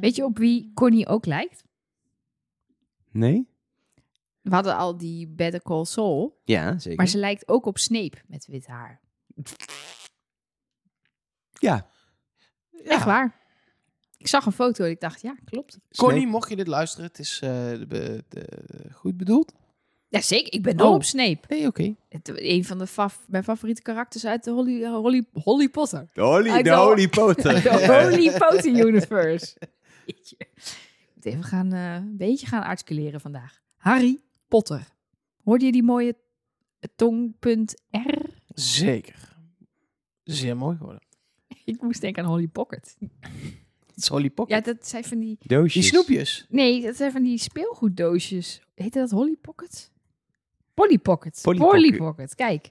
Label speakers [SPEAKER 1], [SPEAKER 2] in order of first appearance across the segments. [SPEAKER 1] Weet je op wie Connie ook lijkt?
[SPEAKER 2] Nee?
[SPEAKER 1] We hadden al die Better Call Saul.
[SPEAKER 2] Ja, zeker.
[SPEAKER 1] Maar ze lijkt ook op Snape met wit haar.
[SPEAKER 2] Ja.
[SPEAKER 1] Echt waar. Ik zag een foto en ik dacht, ja, klopt.
[SPEAKER 2] Snape.
[SPEAKER 3] Connie, mocht je dit luisteren, het is eh, de, de- de- goed bedoeld.
[SPEAKER 1] Ja, zeker. Ik ben
[SPEAKER 3] Oh.
[SPEAKER 1] dol op Snape.
[SPEAKER 3] Nee, oké.
[SPEAKER 1] Het, een van de faf, mijn favoriete karakters uit de Holly, Holly, Holly Potter.
[SPEAKER 2] De Holy,
[SPEAKER 1] Uit
[SPEAKER 2] de
[SPEAKER 1] de-
[SPEAKER 2] holy Eh, Potter.
[SPEAKER 1] De Holy Potter Universe. Jeetje. Ik moet even gaan, eh, een beetje gaan articuleren vandaag. Harry Potter. Hoorde je die mooie tongpunt R?
[SPEAKER 3] Zeker. Zeer mooi geworden.
[SPEAKER 1] Ik moest denken aan Holly Pocket.
[SPEAKER 3] Het is Holly Pocket.
[SPEAKER 1] Ja, dat zijn van die...
[SPEAKER 2] Doosjes.
[SPEAKER 3] Die snoepjes.
[SPEAKER 1] Nee, dat zijn van die speelgoeddoosjes. Heette dat Holly Pocket? Polly Pocket.
[SPEAKER 2] Polly
[SPEAKER 1] Polly Pocket.
[SPEAKER 2] Pocket.
[SPEAKER 1] Kijk,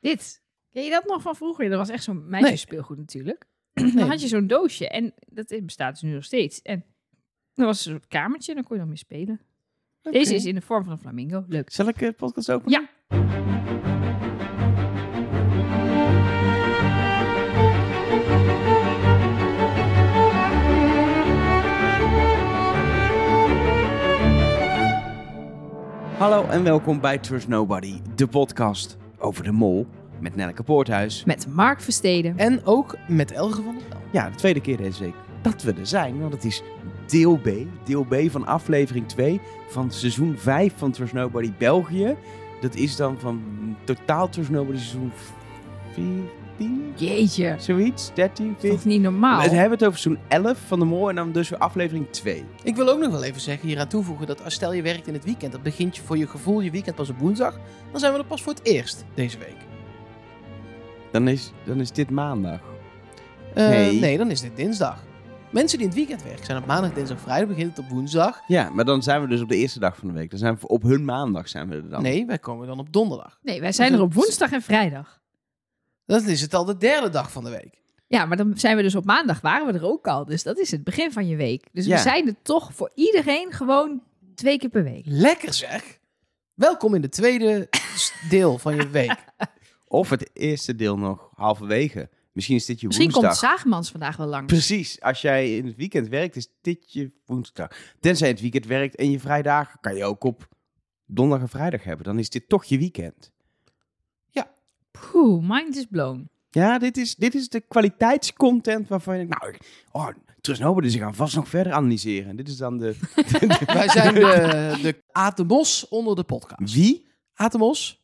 [SPEAKER 1] dit. Ken je dat nog van vroeger? Dat was echt zo'n meisjesspeelgoed natuurlijk. Dan had je zozo'n doosje en dat bestaat dus nu nog steeds. En er was een soort kamertje en dan kon je dan mee spelen. Deze is in de vorm van een flamingo. Leuk.
[SPEAKER 2] Zal ik de podcast openen?
[SPEAKER 1] Ja.
[SPEAKER 2] Hallo en welkom bij Trust Nobody, de podcast over de mol met Nelke Poorthuis.
[SPEAKER 1] Met Mark Versteden.
[SPEAKER 3] En ook met Elge van der Wel.
[SPEAKER 2] Ja, de tweede keer deze week dat we er zijn, want het is deel B. Deel B van aflevering 2 van seizoen 5 van Trust Nobody België. Dat is dan van totaal Trust Nobody seizoen 14,
[SPEAKER 1] Jeetje.
[SPEAKER 2] zoiets? 13,
[SPEAKER 1] Dat is
[SPEAKER 2] 14?
[SPEAKER 1] niet normaal.
[SPEAKER 2] We hebben het over seizoen 11 van de mol en dan dus weer aflevering 2.
[SPEAKER 3] Ik wil ook nog wel even zeggen, hieraan toevoegen, dat als stel je werkt in het weekend, dat begint je voor je gevoel je weekend pas op woensdag, dan zijn we er pas voor het eerst deze week.
[SPEAKER 2] Dan is, dan is dit maandag.
[SPEAKER 3] Eh,
[SPEAKER 2] Nee.
[SPEAKER 3] nee, dan is dit dinsdag. Mensen die in het weekend werken zijn op maandag, dinsdag, vrijdag, begint het op woensdag.
[SPEAKER 2] Ja, maar dan zijn we dus op de eerste dag van de week. Dan zijn we op hun maandag zijn we er dan.
[SPEAKER 3] Nee, wij komen dan op donderdag.
[SPEAKER 1] Nee, wij zijn er op woensdag en vrijdag.
[SPEAKER 3] Dan is het al de derde dag van de week.
[SPEAKER 1] Ja, maar dan zijn we dus op maandag waren we er ook al. Dus dat is het begin van je week. Dus
[SPEAKER 2] Ja.
[SPEAKER 1] we zijn er toch voor iedereen gewoon twee keer per week.
[SPEAKER 3] Lekker zeg. Welkom in de tweede s- deel van je week.
[SPEAKER 2] Of het eerste deel nog halverwege. Misschien is dit je
[SPEAKER 1] Misschien
[SPEAKER 2] woensdag.
[SPEAKER 1] komt Zaagmans vandaag wel langs.
[SPEAKER 2] Precies, als jij in het weekend werkt, is dit je woensdag. Tenzij het weekend werkt en je vrijdagen kan je ook op donderdag en vrijdag hebben. Dan is dit toch je weekend.
[SPEAKER 1] Poeh, mind is blown.
[SPEAKER 2] Ja, dit is, dit is de kwaliteitscontent waarvan je denkt, nou, ik- oh, Trust Nobody, ze gaan vast nog verder analyseren. Dit is dan de...
[SPEAKER 3] Wij zijn de, de Atemos onder de podcast.
[SPEAKER 2] Wie?
[SPEAKER 3] Atemos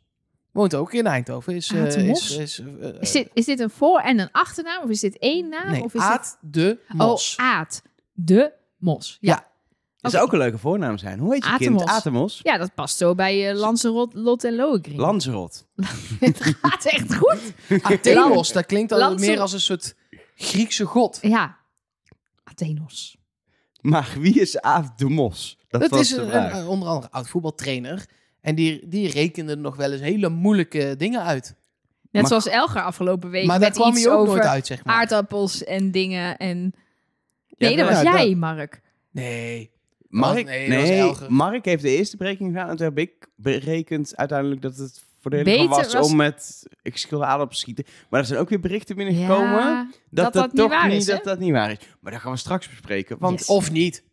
[SPEAKER 3] woont ook in Eindhoven. Is, eh,
[SPEAKER 1] Atemos?
[SPEAKER 3] Is, is, eh,
[SPEAKER 1] Is dit, is dit een voor- en een achternaam? Of is dit één naam?
[SPEAKER 3] nee,
[SPEAKER 1] of is
[SPEAKER 3] Aat de
[SPEAKER 1] dit...
[SPEAKER 3] Mos.
[SPEAKER 1] Oh, Aad. De Mos. Ja,
[SPEAKER 2] Dat
[SPEAKER 1] Oké.
[SPEAKER 2] zou ook een leuke voornaam zijn. Hoe heet je kind?
[SPEAKER 1] Atemos.
[SPEAKER 2] Atemos?
[SPEAKER 1] ja dat past zo bij eh Lanserot, Lot en Lohengrin.
[SPEAKER 2] Lanzerot.
[SPEAKER 1] Het gaat echt goed.
[SPEAKER 3] Athenos, dat klinkt al
[SPEAKER 1] Lansen-
[SPEAKER 3] meer als een soort Griekse god.
[SPEAKER 1] Ja. Athenos.
[SPEAKER 2] Maar wie is Aad de Mos?
[SPEAKER 3] Dat
[SPEAKER 2] was
[SPEAKER 3] is
[SPEAKER 2] de
[SPEAKER 3] een,
[SPEAKER 2] vraag.
[SPEAKER 3] een- onder andere oud voetbaltrainer. En die, die rekende nog wel eens hele moeilijke dingen uit.
[SPEAKER 1] Net
[SPEAKER 2] Maar-
[SPEAKER 1] zoals Elger afgelopen week
[SPEAKER 3] Maar daar
[SPEAKER 1] met
[SPEAKER 3] kwam
[SPEAKER 1] iets
[SPEAKER 3] hij ook
[SPEAKER 1] over
[SPEAKER 3] nooit uit, zeg maar.
[SPEAKER 1] aardappels en dingen en... Nee, dat
[SPEAKER 2] maar-
[SPEAKER 1] was
[SPEAKER 3] ja,
[SPEAKER 1] jij, Mark.
[SPEAKER 3] Nee.
[SPEAKER 2] Mark,
[SPEAKER 3] Oh, nee,
[SPEAKER 2] nee,
[SPEAKER 3] dat was Elger.
[SPEAKER 2] Mark heeft de eerste berekening gedaan. En toen heb ik berekend uiteindelijk dat het voordeliger
[SPEAKER 1] Beter
[SPEAKER 2] was,
[SPEAKER 1] was-
[SPEAKER 2] om met ik schilde aardappelen te schieten. Maar er zijn ook weer berichten binnengekomen
[SPEAKER 1] Ja,
[SPEAKER 2] dat,
[SPEAKER 1] dat
[SPEAKER 2] dat
[SPEAKER 1] dat niet
[SPEAKER 2] toch
[SPEAKER 1] waar
[SPEAKER 2] niet,
[SPEAKER 1] is, hè?
[SPEAKER 2] dat dat niet waar is. Maar dat gaan we straks bespreken. Want
[SPEAKER 1] Yes.
[SPEAKER 3] Of niet.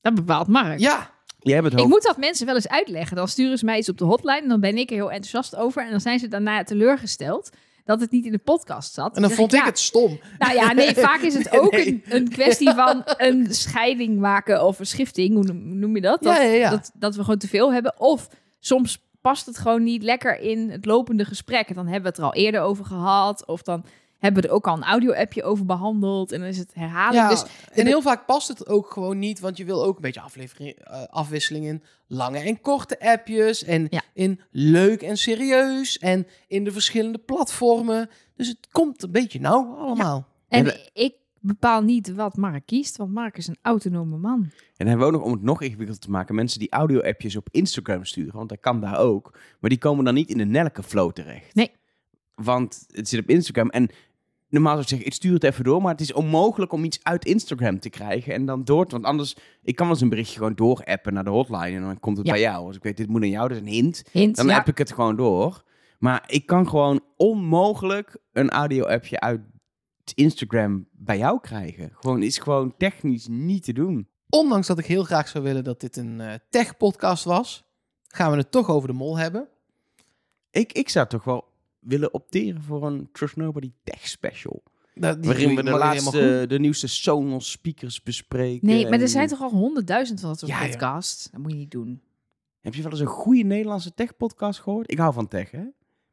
[SPEAKER 1] dat bepaalt Mark.
[SPEAKER 3] Ja.
[SPEAKER 2] jij bent
[SPEAKER 1] Ik
[SPEAKER 2] hoofd...
[SPEAKER 1] moet dat mensen wel eens uitleggen. Dan sturen ze mij iets op de hotline en dan ben ik er heel enthousiast over. En dan zijn ze daarna teleurgesteld dat het niet in de podcast zat.
[SPEAKER 3] En dan
[SPEAKER 1] zeg
[SPEAKER 3] vond ik
[SPEAKER 1] ja,
[SPEAKER 3] het stom.
[SPEAKER 1] Nou ja, nee, vaak is het ook
[SPEAKER 3] nee.
[SPEAKER 1] Een, een kwestie van een scheiding maken of een schifting. Hoe noem- noem je dat? Dat,
[SPEAKER 3] Ja, ja, ja.
[SPEAKER 1] dat, dat we gewoon te veel hebben. Of soms past het gewoon niet lekker in het lopende gesprek. En dan hebben we het er al eerder over gehad. Of dan hebben we er ook al een audio-appje over behandeld. En dan is het herhaling.
[SPEAKER 3] Ja,
[SPEAKER 1] Dus
[SPEAKER 3] en heel vaak past het ook gewoon niet, want je wil ook een beetje aflevering, eh, afwisseling in lange en korte appjes. En
[SPEAKER 1] Ja.
[SPEAKER 3] in leuk en serieus. En in de verschillende platformen. Dus het komt een beetje nauw allemaal.
[SPEAKER 1] En
[SPEAKER 2] Ja,
[SPEAKER 1] ik bepaal niet wat Mark kiest, want Mark is een autonome man.
[SPEAKER 2] En dan hebben we ook nog, om het nog ingewikkelder te maken, mensen die audio-appjes op Instagram sturen. Want dat kan daar ook. Maar die komen dan niet in de Nelke flow terecht.
[SPEAKER 1] Nee.
[SPEAKER 2] Want het zit op Instagram en... Normaal zou ik zeggen, ik stuur het even door, maar het is onmogelijk om iets uit Instagram te krijgen en dan door te... Want anders, ik kan wel eens een berichtje gewoon doorappen naar de hotline en dan komt het
[SPEAKER 1] Ja.
[SPEAKER 2] bij jou. Als ik weet, dit moet naar jou, dat is een hint.
[SPEAKER 1] Hint,
[SPEAKER 2] Dan
[SPEAKER 1] ja,
[SPEAKER 2] app ik het gewoon door. Maar ik kan gewoon onmogelijk een audio-appje uit Instagram bij jou krijgen. Gewoon is gewoon technisch niet te doen.
[SPEAKER 3] Ondanks dat ik heel graag zou willen dat dit een eh, tech-podcast was, gaan we het toch over de mol hebben.
[SPEAKER 2] Ik, ik zou toch wel willen opteren voor een Trust Nobody Tech Special.
[SPEAKER 1] Nou,
[SPEAKER 3] Dat- die
[SPEAKER 2] waarin we
[SPEAKER 3] doe
[SPEAKER 2] de,
[SPEAKER 3] je- mag je helemaal
[SPEAKER 2] laatste, de nieuwste Sonos speakers bespreken.
[SPEAKER 1] Nee, maar er
[SPEAKER 2] en-
[SPEAKER 1] zijn toch al honderdduizend van dat soort
[SPEAKER 3] Ja, joh.
[SPEAKER 1] podcasts? Dat moet je niet doen.
[SPEAKER 2] Heb je wel eens een goede Nederlandse tech-podcast gehoord? Ik hou van tech, hè?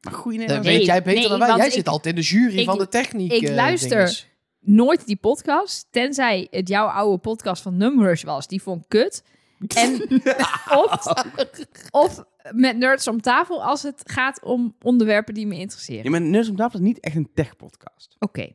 [SPEAKER 2] Maar goede
[SPEAKER 3] goed. Dat
[SPEAKER 2] Nederlandse...
[SPEAKER 1] Nee,
[SPEAKER 3] weet jij beter
[SPEAKER 1] nee,
[SPEAKER 3] dan wij.
[SPEAKER 1] want
[SPEAKER 3] Jij
[SPEAKER 1] ik-
[SPEAKER 3] zit altijd in de jury
[SPEAKER 1] ik-
[SPEAKER 3] van de techniek.
[SPEAKER 1] ik
[SPEAKER 3] eh,
[SPEAKER 1] luister.
[SPEAKER 3] dinges.
[SPEAKER 1] Nooit die podcast, tenzij het jouw oude podcast van Numrush was. Die vond ik kut. En of, of met Nerds om tafel als het gaat om onderwerpen die me interesseren.
[SPEAKER 2] Ja, maar Nerds om tafel is niet echt een tech-podcast.
[SPEAKER 1] Oké,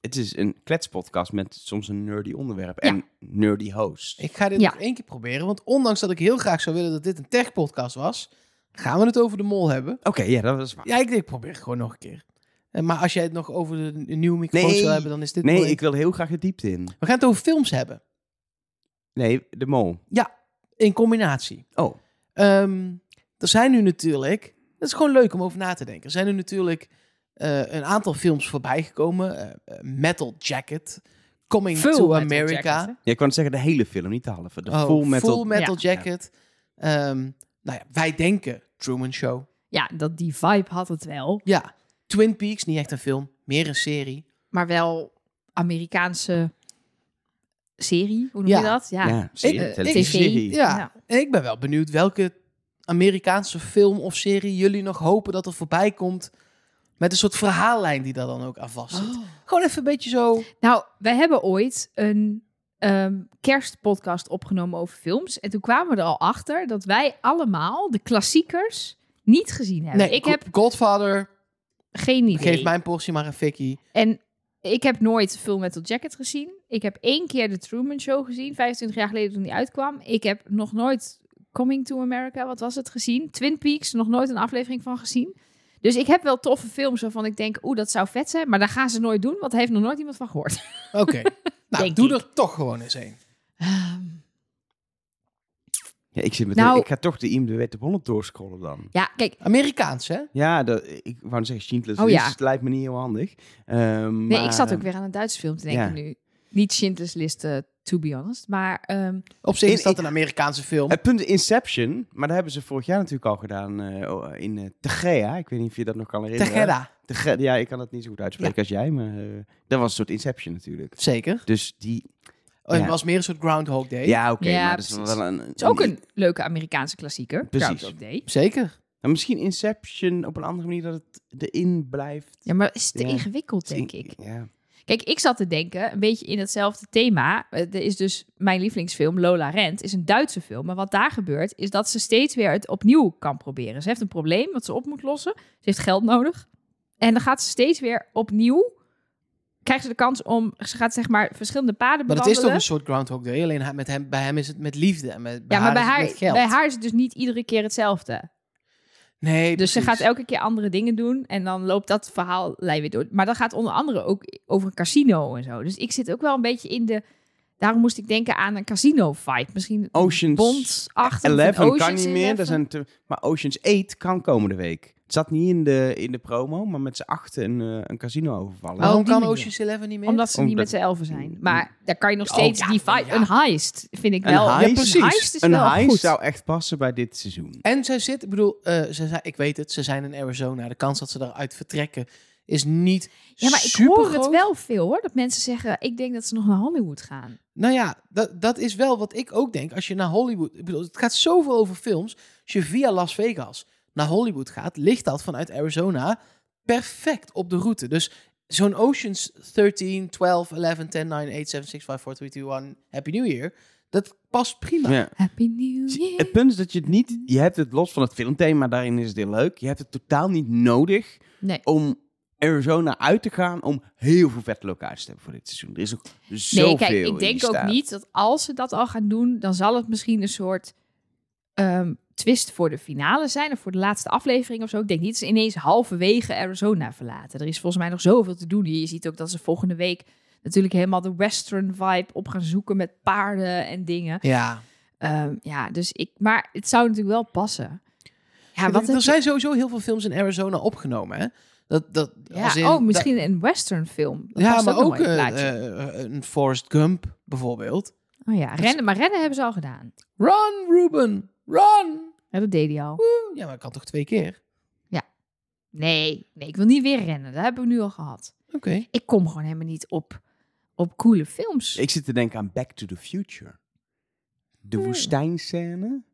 [SPEAKER 2] Het is een kletspodcast met soms een nerdy onderwerp
[SPEAKER 1] Ja.
[SPEAKER 2] en nerdy host.
[SPEAKER 3] Ik ga dit
[SPEAKER 1] Ja.
[SPEAKER 3] nog één keer proberen, want ondanks dat ik heel graag zou willen dat dit een tech-podcast was, gaan we het over de mol hebben.
[SPEAKER 2] Oké, ja, dat is waar.
[SPEAKER 3] Ja, ik, ik probeer het gewoon nog een keer. Eh, Maar als jij het nog over de n- nieuwe microfoons
[SPEAKER 2] Nee.
[SPEAKER 3] wil hebben, dan is dit... wel
[SPEAKER 2] Nee,
[SPEAKER 3] een-
[SPEAKER 2] ik wil heel graag de diepte in.
[SPEAKER 3] We gaan het over films hebben,
[SPEAKER 2] Nee, de mol.
[SPEAKER 3] in combinatie.
[SPEAKER 2] Oh,
[SPEAKER 3] Ehm, er zijn nu natuurlijk, dat is gewoon leuk om over na te denken. Er zijn nu natuurlijk eh, een aantal films voorbij gekomen. Eh, eh, Metal Jacket, Coming
[SPEAKER 1] Full
[SPEAKER 3] to
[SPEAKER 1] Metal
[SPEAKER 3] America.
[SPEAKER 1] Jacket,
[SPEAKER 2] ja, ik kan zeggen de hele film, niet de halve. De
[SPEAKER 3] Oh,
[SPEAKER 2] full metal. Ja.
[SPEAKER 3] Jacket. Ehm, nou ja, wij denken Truman Show.
[SPEAKER 1] ja, dat die vibe had het wel.
[SPEAKER 3] Ja, Twin Peaks, niet echt een film, meer een serie.
[SPEAKER 1] Maar wel Amerikaanse serie, hoe noem
[SPEAKER 3] Ja.
[SPEAKER 1] je dat? Ja,
[SPEAKER 2] Ja, serie,
[SPEAKER 1] eh,
[SPEAKER 2] televisieserie.
[SPEAKER 1] TV. Nou, Ja.
[SPEAKER 3] Ja, en ik ben wel benieuwd welke Amerikaanse film of serie jullie nog hopen dat er voorbij komt. Met een soort verhaallijn die daar dan ook aan vast
[SPEAKER 1] Oh.
[SPEAKER 3] zit. Gewoon even een beetje zo...
[SPEAKER 1] Nou, wij hebben ooit een ehm, kerstpodcast opgenomen over films. En toen kwamen we er al achter dat wij allemaal de klassiekers niet gezien hebben. ik
[SPEAKER 3] Go-
[SPEAKER 1] heb
[SPEAKER 3] Godfather,
[SPEAKER 1] geen idee.
[SPEAKER 3] geef mijn portie maar een fikkie.
[SPEAKER 1] En ik heb nooit Full Metal Jacket gezien. Ik heb één keer de Truman Show gezien, 25 jaar geleden toen die uitkwam. Ik heb nog nooit Coming to America, wat was het, gezien. Twin Peaks, nog nooit een aflevering van gezien. Dus ik heb wel toffe films waarvan ik denk, oeh, dat zou vet zijn. Maar daar gaan ze nooit doen, want daar heeft nog nooit iemand van gehoord.
[SPEAKER 3] Oké, nou
[SPEAKER 1] Denk
[SPEAKER 3] doe
[SPEAKER 1] ik.
[SPEAKER 3] er toch gewoon eens een.
[SPEAKER 1] Ehm,
[SPEAKER 2] Ja, ik, zit meteen,
[SPEAKER 1] Nou-
[SPEAKER 2] ik ga toch de IMDb op 100 doorscrollen dan.
[SPEAKER 1] ja, kijk,
[SPEAKER 3] Amerikaans, hè?
[SPEAKER 2] Ja, dat, ik wou net zeggen Schindler's
[SPEAKER 1] Oh,
[SPEAKER 2] List.
[SPEAKER 1] ja.
[SPEAKER 2] Het lijkt me niet heel handig. Ehm,
[SPEAKER 1] Nee,
[SPEAKER 2] maar,
[SPEAKER 1] ik zat ook
[SPEAKER 2] ehm,
[SPEAKER 1] weer aan een Duitse film te denken
[SPEAKER 2] ja.
[SPEAKER 1] nu. Niet Schindler's List, eh, to be honest. Maar ehm,
[SPEAKER 3] Op zich
[SPEAKER 2] In-
[SPEAKER 3] is dat
[SPEAKER 2] in-
[SPEAKER 3] een Amerikaanse film.
[SPEAKER 2] Het punt is Inception, maar dat hebben ze vorig jaar natuurlijk al gedaan eh, oh, in eh Tegea. Ik weet niet of je dat nog kan herinneren.
[SPEAKER 3] Tegedda,
[SPEAKER 2] Tegea, Ja, ik kan dat niet zo goed uitspreken als jij, maar eh, dat was een soort Inception natuurlijk.
[SPEAKER 3] zeker.
[SPEAKER 2] Dus die...
[SPEAKER 3] Oh, het
[SPEAKER 2] Ja.
[SPEAKER 3] was meer een soort Groundhog Day.
[SPEAKER 2] Ja, oké,
[SPEAKER 1] Ja,
[SPEAKER 2] maar dat is
[SPEAKER 1] precies.
[SPEAKER 2] wel een...
[SPEAKER 1] het is ook een leuke Amerikaanse klassieker.
[SPEAKER 2] Precies.
[SPEAKER 1] Groundhog Day.
[SPEAKER 3] Zeker.
[SPEAKER 2] Maar misschien Inception op een andere manier dat het erin blijft.
[SPEAKER 1] Ja, maar is te
[SPEAKER 2] Ja.
[SPEAKER 1] ingewikkeld, denk ik.
[SPEAKER 2] Ja.
[SPEAKER 1] Kijk, ik zat te denken, een beetje in hetzelfde thema. Eh, Er is dus mijn lievelingsfilm, Lola Rent, is een Duitse film. Maar wat daar gebeurt, is dat ze steeds weer het opnieuw kan proberen. Ze heeft een probleem wat ze op moet lossen. Ze heeft geld nodig. En dan gaat ze steeds weer opnieuw... Krijgt ze de kans om... Ze gaat zeg maar verschillende paden
[SPEAKER 3] Maar het
[SPEAKER 1] bewandelen.
[SPEAKER 3] is toch een soort Groundhog Day, alleen hij- met hem, bij hem is het met liefde. En met, bij
[SPEAKER 1] ja, maar bij
[SPEAKER 3] haar, is
[SPEAKER 1] haar,
[SPEAKER 3] het met geld.
[SPEAKER 1] bij haar is het dus niet iedere keer hetzelfde.
[SPEAKER 3] Nee,
[SPEAKER 1] Dus ze
[SPEAKER 3] precies.
[SPEAKER 1] gaat elke keer andere dingen doen en dan loopt dat verhaal weer door. Maar dat gaat onder andere ook over een casino en zo. Dus ik zit ook wel een beetje in de... Daarom moest ik denken aan een casino-fight. Misschien
[SPEAKER 2] Oceans
[SPEAKER 1] Bond 8
[SPEAKER 2] 11 kan niet meer, daar zijn te- maar Oceans 8 kan komende week. Het zat niet in de, in de promo, maar met z'n achten een, eh, een casino overvallen.
[SPEAKER 1] Oh,
[SPEAKER 3] Waarom
[SPEAKER 1] op die
[SPEAKER 3] kan
[SPEAKER 1] manier.
[SPEAKER 3] Ocean's Eleven niet meer?
[SPEAKER 1] Omdat ze niet
[SPEAKER 2] Omdat-
[SPEAKER 1] met z'n elfen
[SPEAKER 2] Mm.
[SPEAKER 1] zijn. Maar daar kan je nog
[SPEAKER 3] Oh,
[SPEAKER 1] steeds
[SPEAKER 3] ja,
[SPEAKER 1] die
[SPEAKER 3] ja.
[SPEAKER 1] fight... Een heist vind ik
[SPEAKER 2] Een
[SPEAKER 1] wel...
[SPEAKER 2] heist?
[SPEAKER 1] ja,
[SPEAKER 3] Precies.
[SPEAKER 1] Een heist is
[SPEAKER 2] een
[SPEAKER 1] wel
[SPEAKER 2] heist
[SPEAKER 1] goed.
[SPEAKER 2] zou echt passen bij dit seizoen.
[SPEAKER 3] En zij zit, ik bedoel, eh, ze zei, ik weet het, ze zijn in Arizona. De kans dat ze daaruit vertrekken is niet
[SPEAKER 1] Ja, maar ik hoor
[SPEAKER 3] supergroot.
[SPEAKER 1] het wel veel hoor. Dat mensen zeggen, ik denk dat ze nog naar Hollywood gaan.
[SPEAKER 3] Nou ja, dat, dat is wel wat ik ook denk. Als je naar Hollywood... Ik bedoel, het gaat zoveel over films. Als je via Las Vegas naar Hollywood gaat, ligt dat vanuit Arizona perfect op de route. Dus zo'n Oceans 13, 12, 11, 10, 9, 8, 7, 6, 5, 4, 3, 2, 1, Happy New Year. Dat past prima.
[SPEAKER 2] Ja.
[SPEAKER 1] Happy New Year.
[SPEAKER 2] Het punt is dat je het niet... Je hebt het los van het filmthema, daarin is het heel leuk. Je hebt het totaal niet nodig
[SPEAKER 1] Nee.
[SPEAKER 2] om Arizona uit te gaan... om heel veel vette locaties te hebben voor dit seizoen. Er is ook zoveel
[SPEAKER 1] Nee, kijk,
[SPEAKER 2] in
[SPEAKER 1] ik denk
[SPEAKER 2] die
[SPEAKER 1] ook
[SPEAKER 2] staat.
[SPEAKER 1] niet dat als ze dat al gaan doen, dan zal het misschien een soort ehm, twist voor de finale zijn of voor de laatste aflevering of zo. Ik denk niet dat ze ineens halverwege Arizona verlaten. Er is volgens mij nog zoveel te doen hier. Je ziet ook dat ze volgende week natuurlijk helemaal de western vibe op gaan zoeken met paarden en dingen.
[SPEAKER 3] Ja.
[SPEAKER 1] Ehm, ja, dus ik, maar het zou natuurlijk wel passen. Ja,
[SPEAKER 3] Ja,
[SPEAKER 1] wat
[SPEAKER 3] er
[SPEAKER 1] heb
[SPEAKER 3] zijn sowieso heel veel films in Arizona opgenomen. Hè? Dat, dat,
[SPEAKER 1] Ja,
[SPEAKER 3] als in-
[SPEAKER 1] oh, misschien een western film. Dat
[SPEAKER 3] ja,
[SPEAKER 1] past
[SPEAKER 3] maar
[SPEAKER 1] nog
[SPEAKER 3] ook
[SPEAKER 1] wel in het
[SPEAKER 3] een,
[SPEAKER 1] plaatje.
[SPEAKER 3] eh, een Forrest Gump bijvoorbeeld.
[SPEAKER 1] oh ja, rennen. Maar rennen hebben ze al gedaan.
[SPEAKER 3] Run, Ruben, run!
[SPEAKER 1] Ja, dat deed hij al.
[SPEAKER 3] Ja, maar ik kan toch twee keer?
[SPEAKER 1] Nee, nee, ik wil niet weer rennen. Dat hebben we nu al gehad.
[SPEAKER 3] Oké.
[SPEAKER 1] Ik kom gewoon helemaal niet op, op coole films. Ik,
[SPEAKER 2] Ik zit te denken aan Back to the Future. De
[SPEAKER 1] Hmm.
[SPEAKER 2] woestijnscène.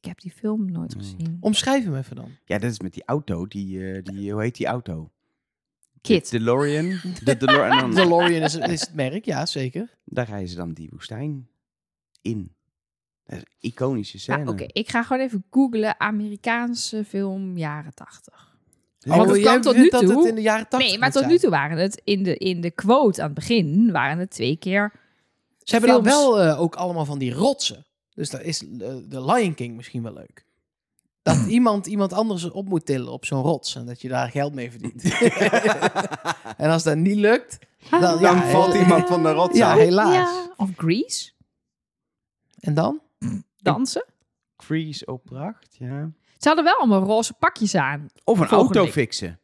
[SPEAKER 1] heb die film nooit
[SPEAKER 3] Hmm.
[SPEAKER 2] Nee.
[SPEAKER 1] gezien.
[SPEAKER 3] Omschrijf hem even dan.
[SPEAKER 2] Ja, dat is met die auto. Die, eh, die, hoe heet die auto?
[SPEAKER 1] Kid.
[SPEAKER 2] De DeLorean. De DeLorean. en dan-
[SPEAKER 3] DeLorean is, is het merk, ja, zeker.
[SPEAKER 2] daar rijden ze dan die woestijn in. Dat is een iconische
[SPEAKER 1] Ah,
[SPEAKER 2] scène.
[SPEAKER 1] Oké, ik ga gewoon even googlen Amerikaanse film jaren tachtig.
[SPEAKER 2] Leuk.
[SPEAKER 1] Oh, Want het
[SPEAKER 3] jij
[SPEAKER 1] kwam tot
[SPEAKER 3] vindt
[SPEAKER 1] nu
[SPEAKER 3] dat
[SPEAKER 1] toe-
[SPEAKER 3] het in de jaren 80
[SPEAKER 1] Nee, maar
[SPEAKER 3] moet
[SPEAKER 1] tot
[SPEAKER 3] zijn.
[SPEAKER 1] nu toe waren het in de, in de quote aan het begin waren het twee keer.
[SPEAKER 3] Ze hebben dan
[SPEAKER 1] films.
[SPEAKER 3] wel eh, ook allemaal van die rotsen. Dus daar is eh, de Lion King misschien wel leuk. Dat iemand iemand anders op moet tillen op zo'n rots en dat je daar geld mee verdient. en als dat niet lukt, dan,
[SPEAKER 2] Dan
[SPEAKER 3] ja,
[SPEAKER 2] valt
[SPEAKER 3] eh,
[SPEAKER 2] iemand van de rots
[SPEAKER 3] Ja,
[SPEAKER 2] af.
[SPEAKER 3] helaas.
[SPEAKER 1] Ja, Ah. Of Grease,
[SPEAKER 3] En dan?
[SPEAKER 1] dansen.
[SPEAKER 2] Freeze opdracht, ja.
[SPEAKER 1] Ze hadden wel allemaal roze pakjes aan.
[SPEAKER 2] Of een
[SPEAKER 1] Volgende
[SPEAKER 2] auto
[SPEAKER 1] week.
[SPEAKER 2] fixen.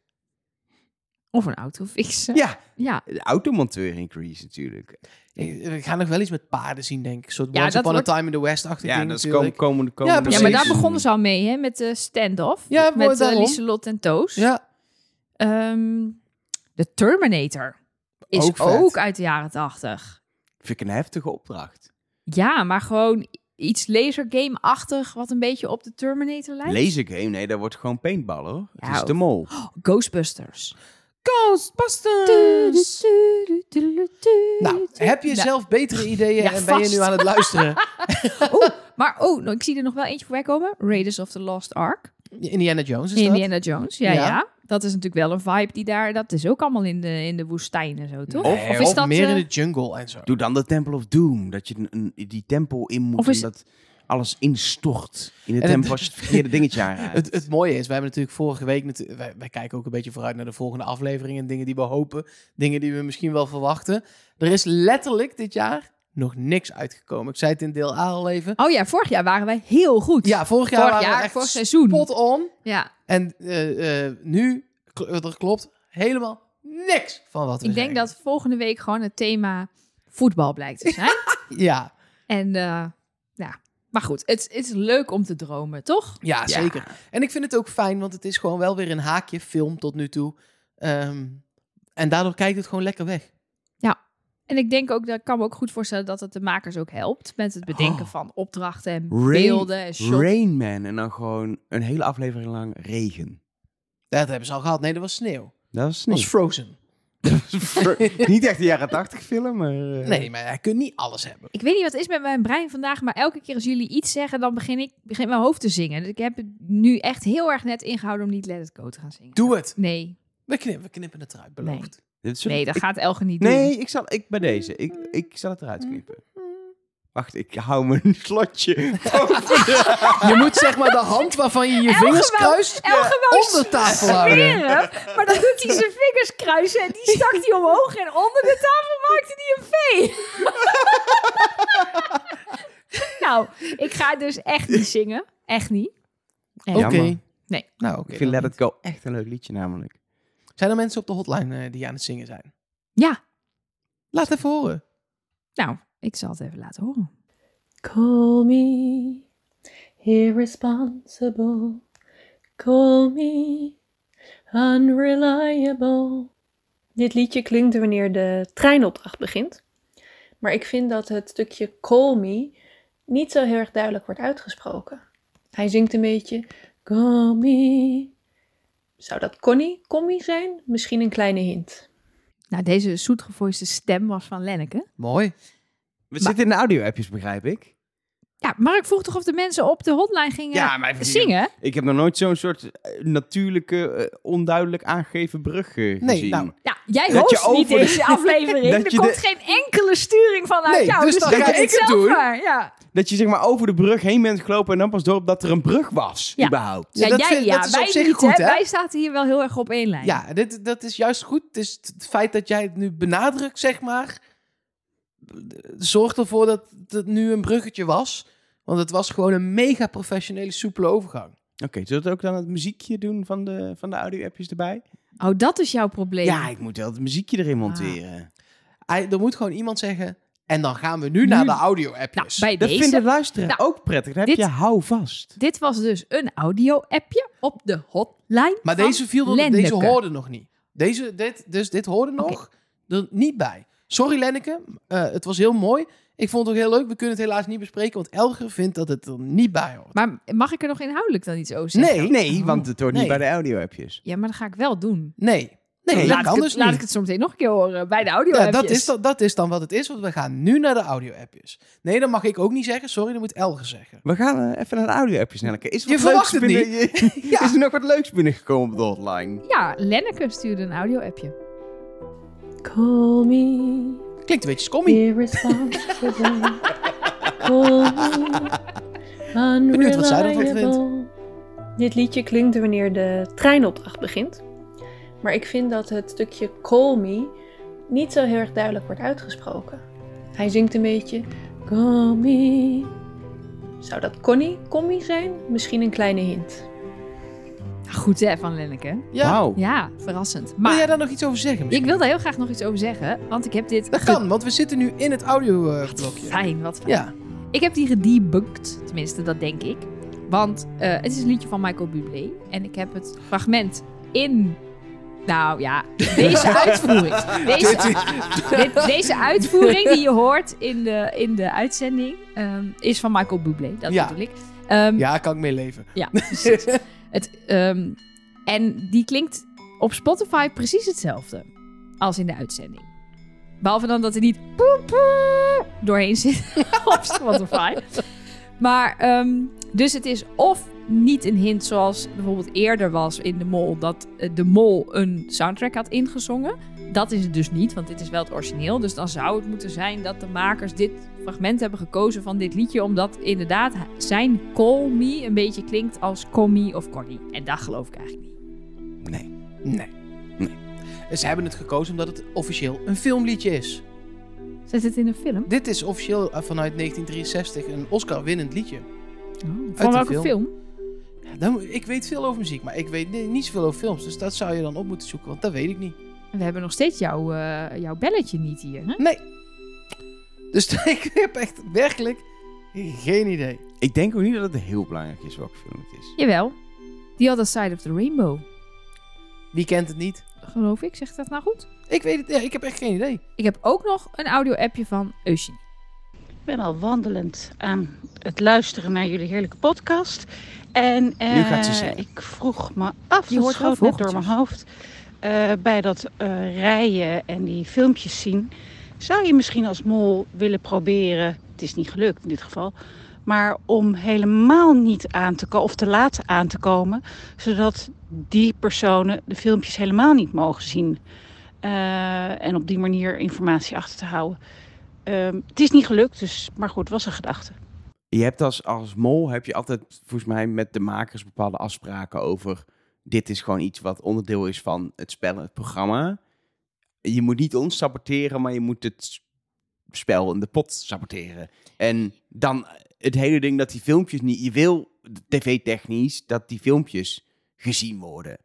[SPEAKER 1] Of een auto fixen.
[SPEAKER 2] Ja,
[SPEAKER 1] ja.
[SPEAKER 2] de automonteur in Grease natuurlijk.
[SPEAKER 3] Ik- We gaan nog wel iets met paarden zien, denk ik. Een soort
[SPEAKER 1] Ja,
[SPEAKER 3] Once
[SPEAKER 1] dat
[SPEAKER 3] Upon
[SPEAKER 1] wordt-
[SPEAKER 3] a Time in the West-achtig
[SPEAKER 2] Ja,
[SPEAKER 3] ding
[SPEAKER 2] dat is
[SPEAKER 3] natuurlijk.
[SPEAKER 2] kom- komende, komende
[SPEAKER 3] precies.
[SPEAKER 1] Ja, maar daar
[SPEAKER 2] seizoen.
[SPEAKER 1] begonnen ze al mee, hè, met de stand-off.
[SPEAKER 3] Ja, maar
[SPEAKER 1] met eh
[SPEAKER 3] daarom.
[SPEAKER 1] Lieselot en Toos.
[SPEAKER 3] Ja,
[SPEAKER 1] Ehm, de Terminator is
[SPEAKER 3] Ook
[SPEAKER 1] ook,
[SPEAKER 3] vet.
[SPEAKER 1] uit de jaren tachtig.
[SPEAKER 2] Vind ik een heftige opdracht.
[SPEAKER 1] Ja, maar gewoon iets lasergame-achtig, wat een beetje op de Terminator lijkt.
[SPEAKER 2] Lasergame, nee, daar wordt gewoon paintball hoor. Het
[SPEAKER 1] Ja,
[SPEAKER 2] is de mol.
[SPEAKER 1] Ghostbusters.
[SPEAKER 3] Ghostbusters! Nou, heb je
[SPEAKER 1] Nou.
[SPEAKER 3] zelf betere ideeën
[SPEAKER 1] Ja,
[SPEAKER 3] en ben je
[SPEAKER 1] vast.
[SPEAKER 3] nu aan het luisteren?
[SPEAKER 1] Maar oh, nou, ik zie er nog wel eentje voorbij komen. Raiders of the Lost Ark.
[SPEAKER 3] Indiana Jones is dat?
[SPEAKER 1] Indiana Jones. Ja,
[SPEAKER 3] Ja.
[SPEAKER 1] ja, Dat is natuurlijk wel een vibe die daar... Dat is ook allemaal in de, in de woestijn en zo, toch?
[SPEAKER 2] Nee,
[SPEAKER 3] of,
[SPEAKER 2] Of
[SPEAKER 1] is
[SPEAKER 3] of
[SPEAKER 1] dat,
[SPEAKER 3] meer in
[SPEAKER 1] eh,
[SPEAKER 3] de jungle en zo.
[SPEAKER 2] Doe dan de Temple of Doom. Dat je een, een- die tempel in moet
[SPEAKER 1] Of
[SPEAKER 2] en
[SPEAKER 1] is-
[SPEAKER 2] dat alles instort in de
[SPEAKER 3] het-
[SPEAKER 2] tempel als je het verkeerde dingetje aanraakt.
[SPEAKER 3] Het, het mooie is, wij hebben natuurlijk vorige week... natu- Wij, wij kijken ook een beetje vooruit naar de volgende aflevering... en dingen die we hopen, dingen die we misschien wel verwachten. Er is letterlijk dit jaar nog niks uitgekomen. Ik zei het in deel A al even.
[SPEAKER 1] Oh ja, vorig jaar waren wij heel goed.
[SPEAKER 3] Ja, vorig jaar
[SPEAKER 1] vorig
[SPEAKER 3] waren we
[SPEAKER 1] jaar,
[SPEAKER 3] echt
[SPEAKER 1] vorig seizoen.
[SPEAKER 3] spot on.
[SPEAKER 1] Ja,
[SPEAKER 3] En eh, eh, nu, kl- er klopt helemaal niks van wat we
[SPEAKER 1] ik denk
[SPEAKER 3] zeggen.
[SPEAKER 1] dat volgende week gewoon het thema voetbal blijkt te zijn.
[SPEAKER 3] Ja,
[SPEAKER 1] en eh, ja, maar goed, het, het is leuk om te dromen, toch?
[SPEAKER 3] ja,
[SPEAKER 2] Ja.
[SPEAKER 3] zeker. En ik vind het ook fijn, want het is gewoon wel weer een haakje film tot nu toe. Ehm, en daardoor kijkt het gewoon lekker weg.
[SPEAKER 1] En ik denk ook, dat ik kan me ook goed voorstellen dat het de makers ook helpt met het bedenken
[SPEAKER 2] Oh.
[SPEAKER 1] van opdrachten en
[SPEAKER 2] Rain-
[SPEAKER 1] beelden en shots.
[SPEAKER 2] Rain Man en dan gewoon een hele aflevering lang regen.
[SPEAKER 3] Dat hebben ze al gehad. Nee, dat was sneeuw.
[SPEAKER 2] Dat is
[SPEAKER 3] Dat was
[SPEAKER 2] niet.
[SPEAKER 3] Frozen.
[SPEAKER 2] niet echt een jaren tachtig film, maar... eh,
[SPEAKER 3] Nee, maar hij kunt niet alles hebben.
[SPEAKER 1] Ik weet niet wat het is met mijn brein vandaag, maar elke keer als jullie iets zeggen, dan begin ik begin mijn hoofd te zingen. Dus ik heb het nu echt heel erg net ingehouden om niet Let It Go te gaan zingen.
[SPEAKER 3] Doe het.
[SPEAKER 1] Nee,
[SPEAKER 3] We knippen, we knippen het eruit, beloofd.
[SPEAKER 2] Dit is-
[SPEAKER 1] nee, dat
[SPEAKER 2] ik-
[SPEAKER 1] gaat Elge niet doen.
[SPEAKER 2] Nee, ik zal... Ik bij deze. Ik, ik zal het eruit knippen. Wacht, ik hou mijn slotje boven de-
[SPEAKER 3] Je moet zeg maar de hand waarvan je je
[SPEAKER 1] Elge
[SPEAKER 3] vingers
[SPEAKER 1] wou-
[SPEAKER 3] kruist eh,
[SPEAKER 1] Elge wou
[SPEAKER 3] onder tafel houden.
[SPEAKER 1] smeren, maar dan doet hij zijn vingers kruisen en die stak hij omhoog en onder de tafel maakte hij een V. nou, ik ga dus echt niet zingen. Echt niet. Echt.
[SPEAKER 3] Oké.
[SPEAKER 2] Jammer.
[SPEAKER 1] Nee.
[SPEAKER 3] Nou, oké.
[SPEAKER 2] Ik vind
[SPEAKER 3] dan
[SPEAKER 2] Let It Go echt een leuk liedje namelijk.
[SPEAKER 3] niet. Zijn er mensen op de hotline eh, die aan het zingen zijn?
[SPEAKER 1] Ja,
[SPEAKER 3] Laat even horen.
[SPEAKER 1] nou, ik zal het even laten horen.
[SPEAKER 4] Call me irresponsible. Call me unreliable. Dit liedje klinkt wanneer de treinopdracht begint. Maar ik vind dat het stukje Call me niet zo heel erg duidelijk wordt uitgesproken. Hij zingt een beetje Call me. Zou dat Connie, Commie zijn? Misschien een kleine hint.
[SPEAKER 1] Nou, deze zoetgevoiste stem was van Lenneke.
[SPEAKER 3] Mooi.
[SPEAKER 2] We zitten in de audio-appjes, begrijp ik.
[SPEAKER 1] Ja, maar ik vroeg toch of de mensen op de hotline gingen
[SPEAKER 2] maar even-
[SPEAKER 1] zingen?
[SPEAKER 2] Ik heb nog nooit zo'n soort eh, natuurlijke, eh, onduidelijk aangegeven brug eh, gezien.
[SPEAKER 3] Nee, nou,
[SPEAKER 1] Ja, jij
[SPEAKER 2] Dat je
[SPEAKER 1] host niet
[SPEAKER 2] over-
[SPEAKER 1] deze aflevering.
[SPEAKER 2] Dat
[SPEAKER 1] er
[SPEAKER 2] je
[SPEAKER 1] komt
[SPEAKER 2] de-
[SPEAKER 1] geen enkele sturing vanuit
[SPEAKER 3] Nee,
[SPEAKER 1] jou.
[SPEAKER 3] dus
[SPEAKER 1] Dus,
[SPEAKER 3] dan
[SPEAKER 1] dan
[SPEAKER 3] ga
[SPEAKER 1] doe je
[SPEAKER 3] ik het
[SPEAKER 1] zelf
[SPEAKER 3] doen.
[SPEAKER 1] maar, Ja,
[SPEAKER 2] Dat je zeg maar over de brug heen bent gelopen en dan pas door op dat er een brug was,
[SPEAKER 1] Ja.
[SPEAKER 2] überhaupt.
[SPEAKER 3] Ja,
[SPEAKER 1] ja,
[SPEAKER 3] dat
[SPEAKER 1] jij,
[SPEAKER 3] vind-
[SPEAKER 1] ja
[SPEAKER 3] dat is op
[SPEAKER 1] wij
[SPEAKER 3] zich
[SPEAKER 1] niet,
[SPEAKER 3] goed, hè?
[SPEAKER 1] Wij zaten hier wel heel erg op één lijn.
[SPEAKER 3] Ja, dit, dat is juist goed. Het is het feit dat jij het nu benadrukt, zeg maar, eh, zorgt ervoor dat het nu een bruggetje was. Want het was gewoon een mega professionele, soepele overgang.
[SPEAKER 2] Oké, zullen we ook dan het muziekje doen van de, van de audio-appjes erbij?
[SPEAKER 1] Oh, dat is jouw probleem. Nou,
[SPEAKER 2] Ja, ik moet wel het muziekje erin monteren.
[SPEAKER 3] Hij- Er moet gewoon iemand zeggen. En dan gaan we nu,
[SPEAKER 1] Nu-
[SPEAKER 3] naar de audio-appjes.
[SPEAKER 1] nou, bij
[SPEAKER 2] Dat
[SPEAKER 1] deze.
[SPEAKER 2] vinden luisteren
[SPEAKER 1] Nou,
[SPEAKER 2] ook prettig. Dan heb
[SPEAKER 1] dit-
[SPEAKER 2] je hou vast.
[SPEAKER 1] Dit was dus een audio-appje op de hotline.
[SPEAKER 3] maar
[SPEAKER 1] van-
[SPEAKER 3] deze viel nog, deze
[SPEAKER 1] Lenneke.
[SPEAKER 3] hoorde nog niet. Deze, dit, dus dit hoorde
[SPEAKER 1] Oké.
[SPEAKER 3] nog er niet bij. Sorry Lenneke, eh, het was heel mooi. Ik vond het ook heel leuk. We kunnen het helaas niet bespreken, want Elger vindt dat het er niet bij hoort.
[SPEAKER 1] Maar mag ik er nog inhoudelijk dan iets over zeggen?
[SPEAKER 3] Nee,
[SPEAKER 1] Oh.
[SPEAKER 2] Nee, want het hoort
[SPEAKER 3] Nee.
[SPEAKER 2] niet bij de audio-appjes.
[SPEAKER 1] Ja, maar dat ga ik wel doen.
[SPEAKER 3] nee, nee,
[SPEAKER 1] laat
[SPEAKER 3] dat
[SPEAKER 1] ik
[SPEAKER 3] kan
[SPEAKER 1] het,
[SPEAKER 3] dus
[SPEAKER 1] laat
[SPEAKER 3] niet.
[SPEAKER 1] ik het soms nog een keer horen bij de audio
[SPEAKER 3] Ja, dat is, dan- dat is dan wat het is, want we gaan nu naar de audio-appjes. Nee, dat mag ik ook niet zeggen. Sorry, dat moet Elger zeggen.
[SPEAKER 2] We gaan eh, even naar de audio-appjes, Nelleke. Is er
[SPEAKER 3] Je
[SPEAKER 2] wat leuks
[SPEAKER 3] verwacht het
[SPEAKER 2] binnen... Is er nog wat leuks binnengekomen op de hotline?
[SPEAKER 1] Ja, Lenneke stuurde een audio-appje.
[SPEAKER 4] Call me
[SPEAKER 3] Klinkt een beetje scommy.
[SPEAKER 4] irresponsible. Call me unreliable.
[SPEAKER 3] Benieuwd wat zij ervan vindt.
[SPEAKER 4] Dit liedje klinkt wanneer de treinopdracht begint. Maar ik vind dat het stukje Call Me niet zo heel erg duidelijk wordt uitgesproken. Hij zingt een beetje Call Me. Zou dat Connie, Commie zijn? Misschien een kleine hint.
[SPEAKER 1] Goed hè, van Lenneke.
[SPEAKER 3] Ja.
[SPEAKER 2] Wauw.
[SPEAKER 1] Ja, verrassend.
[SPEAKER 3] Wil jij
[SPEAKER 1] Maar
[SPEAKER 3] daar nog iets over zeggen?
[SPEAKER 1] ik wil daar heel graag nog iets over zeggen, want ik heb dit...
[SPEAKER 3] Dat kan, want we zitten nu in het
[SPEAKER 1] Wat
[SPEAKER 3] audio-blokje.
[SPEAKER 1] Fijn, wat fijn.
[SPEAKER 3] Ja,
[SPEAKER 1] Ik heb die gedebunked, tenminste, dat denk ik. Want eh, het is een liedje van Michael Bublé. En ik heb het fragment in... Nou ja, deze uitvoering. Deze, dit- deze uitvoering die je hoort in de, in de uitzending... ehm, is van Michael Bublé, dat
[SPEAKER 3] Ja.
[SPEAKER 1] bedoel ik. Ehm,
[SPEAKER 3] ja kan ik mee leven.
[SPEAKER 1] ja, precies. Het, ehm, en die klinkt op Spotify precies hetzelfde als in de uitzending. Behalve dan dat er niet poe, poe doorheen zit op Spotify. Maar, ehm, dus het is of niet een hint zoals bijvoorbeeld eerder was in De Mol... dat eh, De Mol een soundtrack had ingezongen. Dat is het dus niet, want dit is wel het origineel. Dus dan zou het moeten zijn dat de makers dit fragment hebben gekozen van dit liedje... omdat inderdaad zijn Call Me een beetje klinkt als Commie of Connie. En dat geloof ik eigenlijk niet.
[SPEAKER 2] Nee.
[SPEAKER 3] Nee. nee. Ze hebben het gekozen omdat het officieel een filmliedje is.
[SPEAKER 1] Zit het in een film?
[SPEAKER 3] Dit is officieel eh, vanuit 1963 een Oscar-winnend liedje.
[SPEAKER 1] Van
[SPEAKER 3] een
[SPEAKER 1] welke
[SPEAKER 3] film.
[SPEAKER 1] film?
[SPEAKER 3] Ja, dan, moet- ik weet veel over muziek, maar ik weet ni- niet zoveel over films. Dus dat zou je dan op moeten zoeken, want dat weet ik niet.
[SPEAKER 1] We hebben nog steeds jouw, eh, jouw belletje niet hier. Hè?
[SPEAKER 3] Dus ik heb echt werkelijk geen idee.
[SPEAKER 2] Ik denk ook niet dat het heel belangrijk is welke film het is.
[SPEAKER 1] Jawel. The Other Side of the Rainbow.
[SPEAKER 3] Wie kent het niet?
[SPEAKER 1] Geloof ik, zeg ik dat nou goed?
[SPEAKER 3] Ik weet het, ja, ik heb echt geen idee.
[SPEAKER 1] Ik heb ook nog een audio-appje van Eugenie.
[SPEAKER 5] Ik ben al wandelend aan het luisteren naar jullie heerlijke podcast. En eh,
[SPEAKER 2] Nu gaat ze zingen.
[SPEAKER 5] ik vroeg me af,
[SPEAKER 1] Je
[SPEAKER 5] dat
[SPEAKER 1] hoort wel
[SPEAKER 5] schoot net door
[SPEAKER 1] vogeltjes.
[SPEAKER 5] mijn hoofd, eh, bij dat eh, rijden en die filmpjes zien. Zou je misschien als mol willen proberen, het is niet gelukt in dit geval, maar om helemaal niet aan te komen of te laat aan te komen, zodat die personen de filmpjes helemaal niet mogen zien. Eh, en op die manier informatie achter te houden. Ehm, het is niet gelukt, dus, maar goed, was een gedachte.
[SPEAKER 2] Je hebt als, als mol heb je altijd volgens mij met de makers bepaalde afspraken over... dit is gewoon iets wat onderdeel is van het spel, het programma. Je moet niet ons saboteren, maar je moet het s- spel in de pot saboteren. En dan het hele ding dat die filmpjes niet... Je wil tv-technisch dat die filmpjes gezien worden.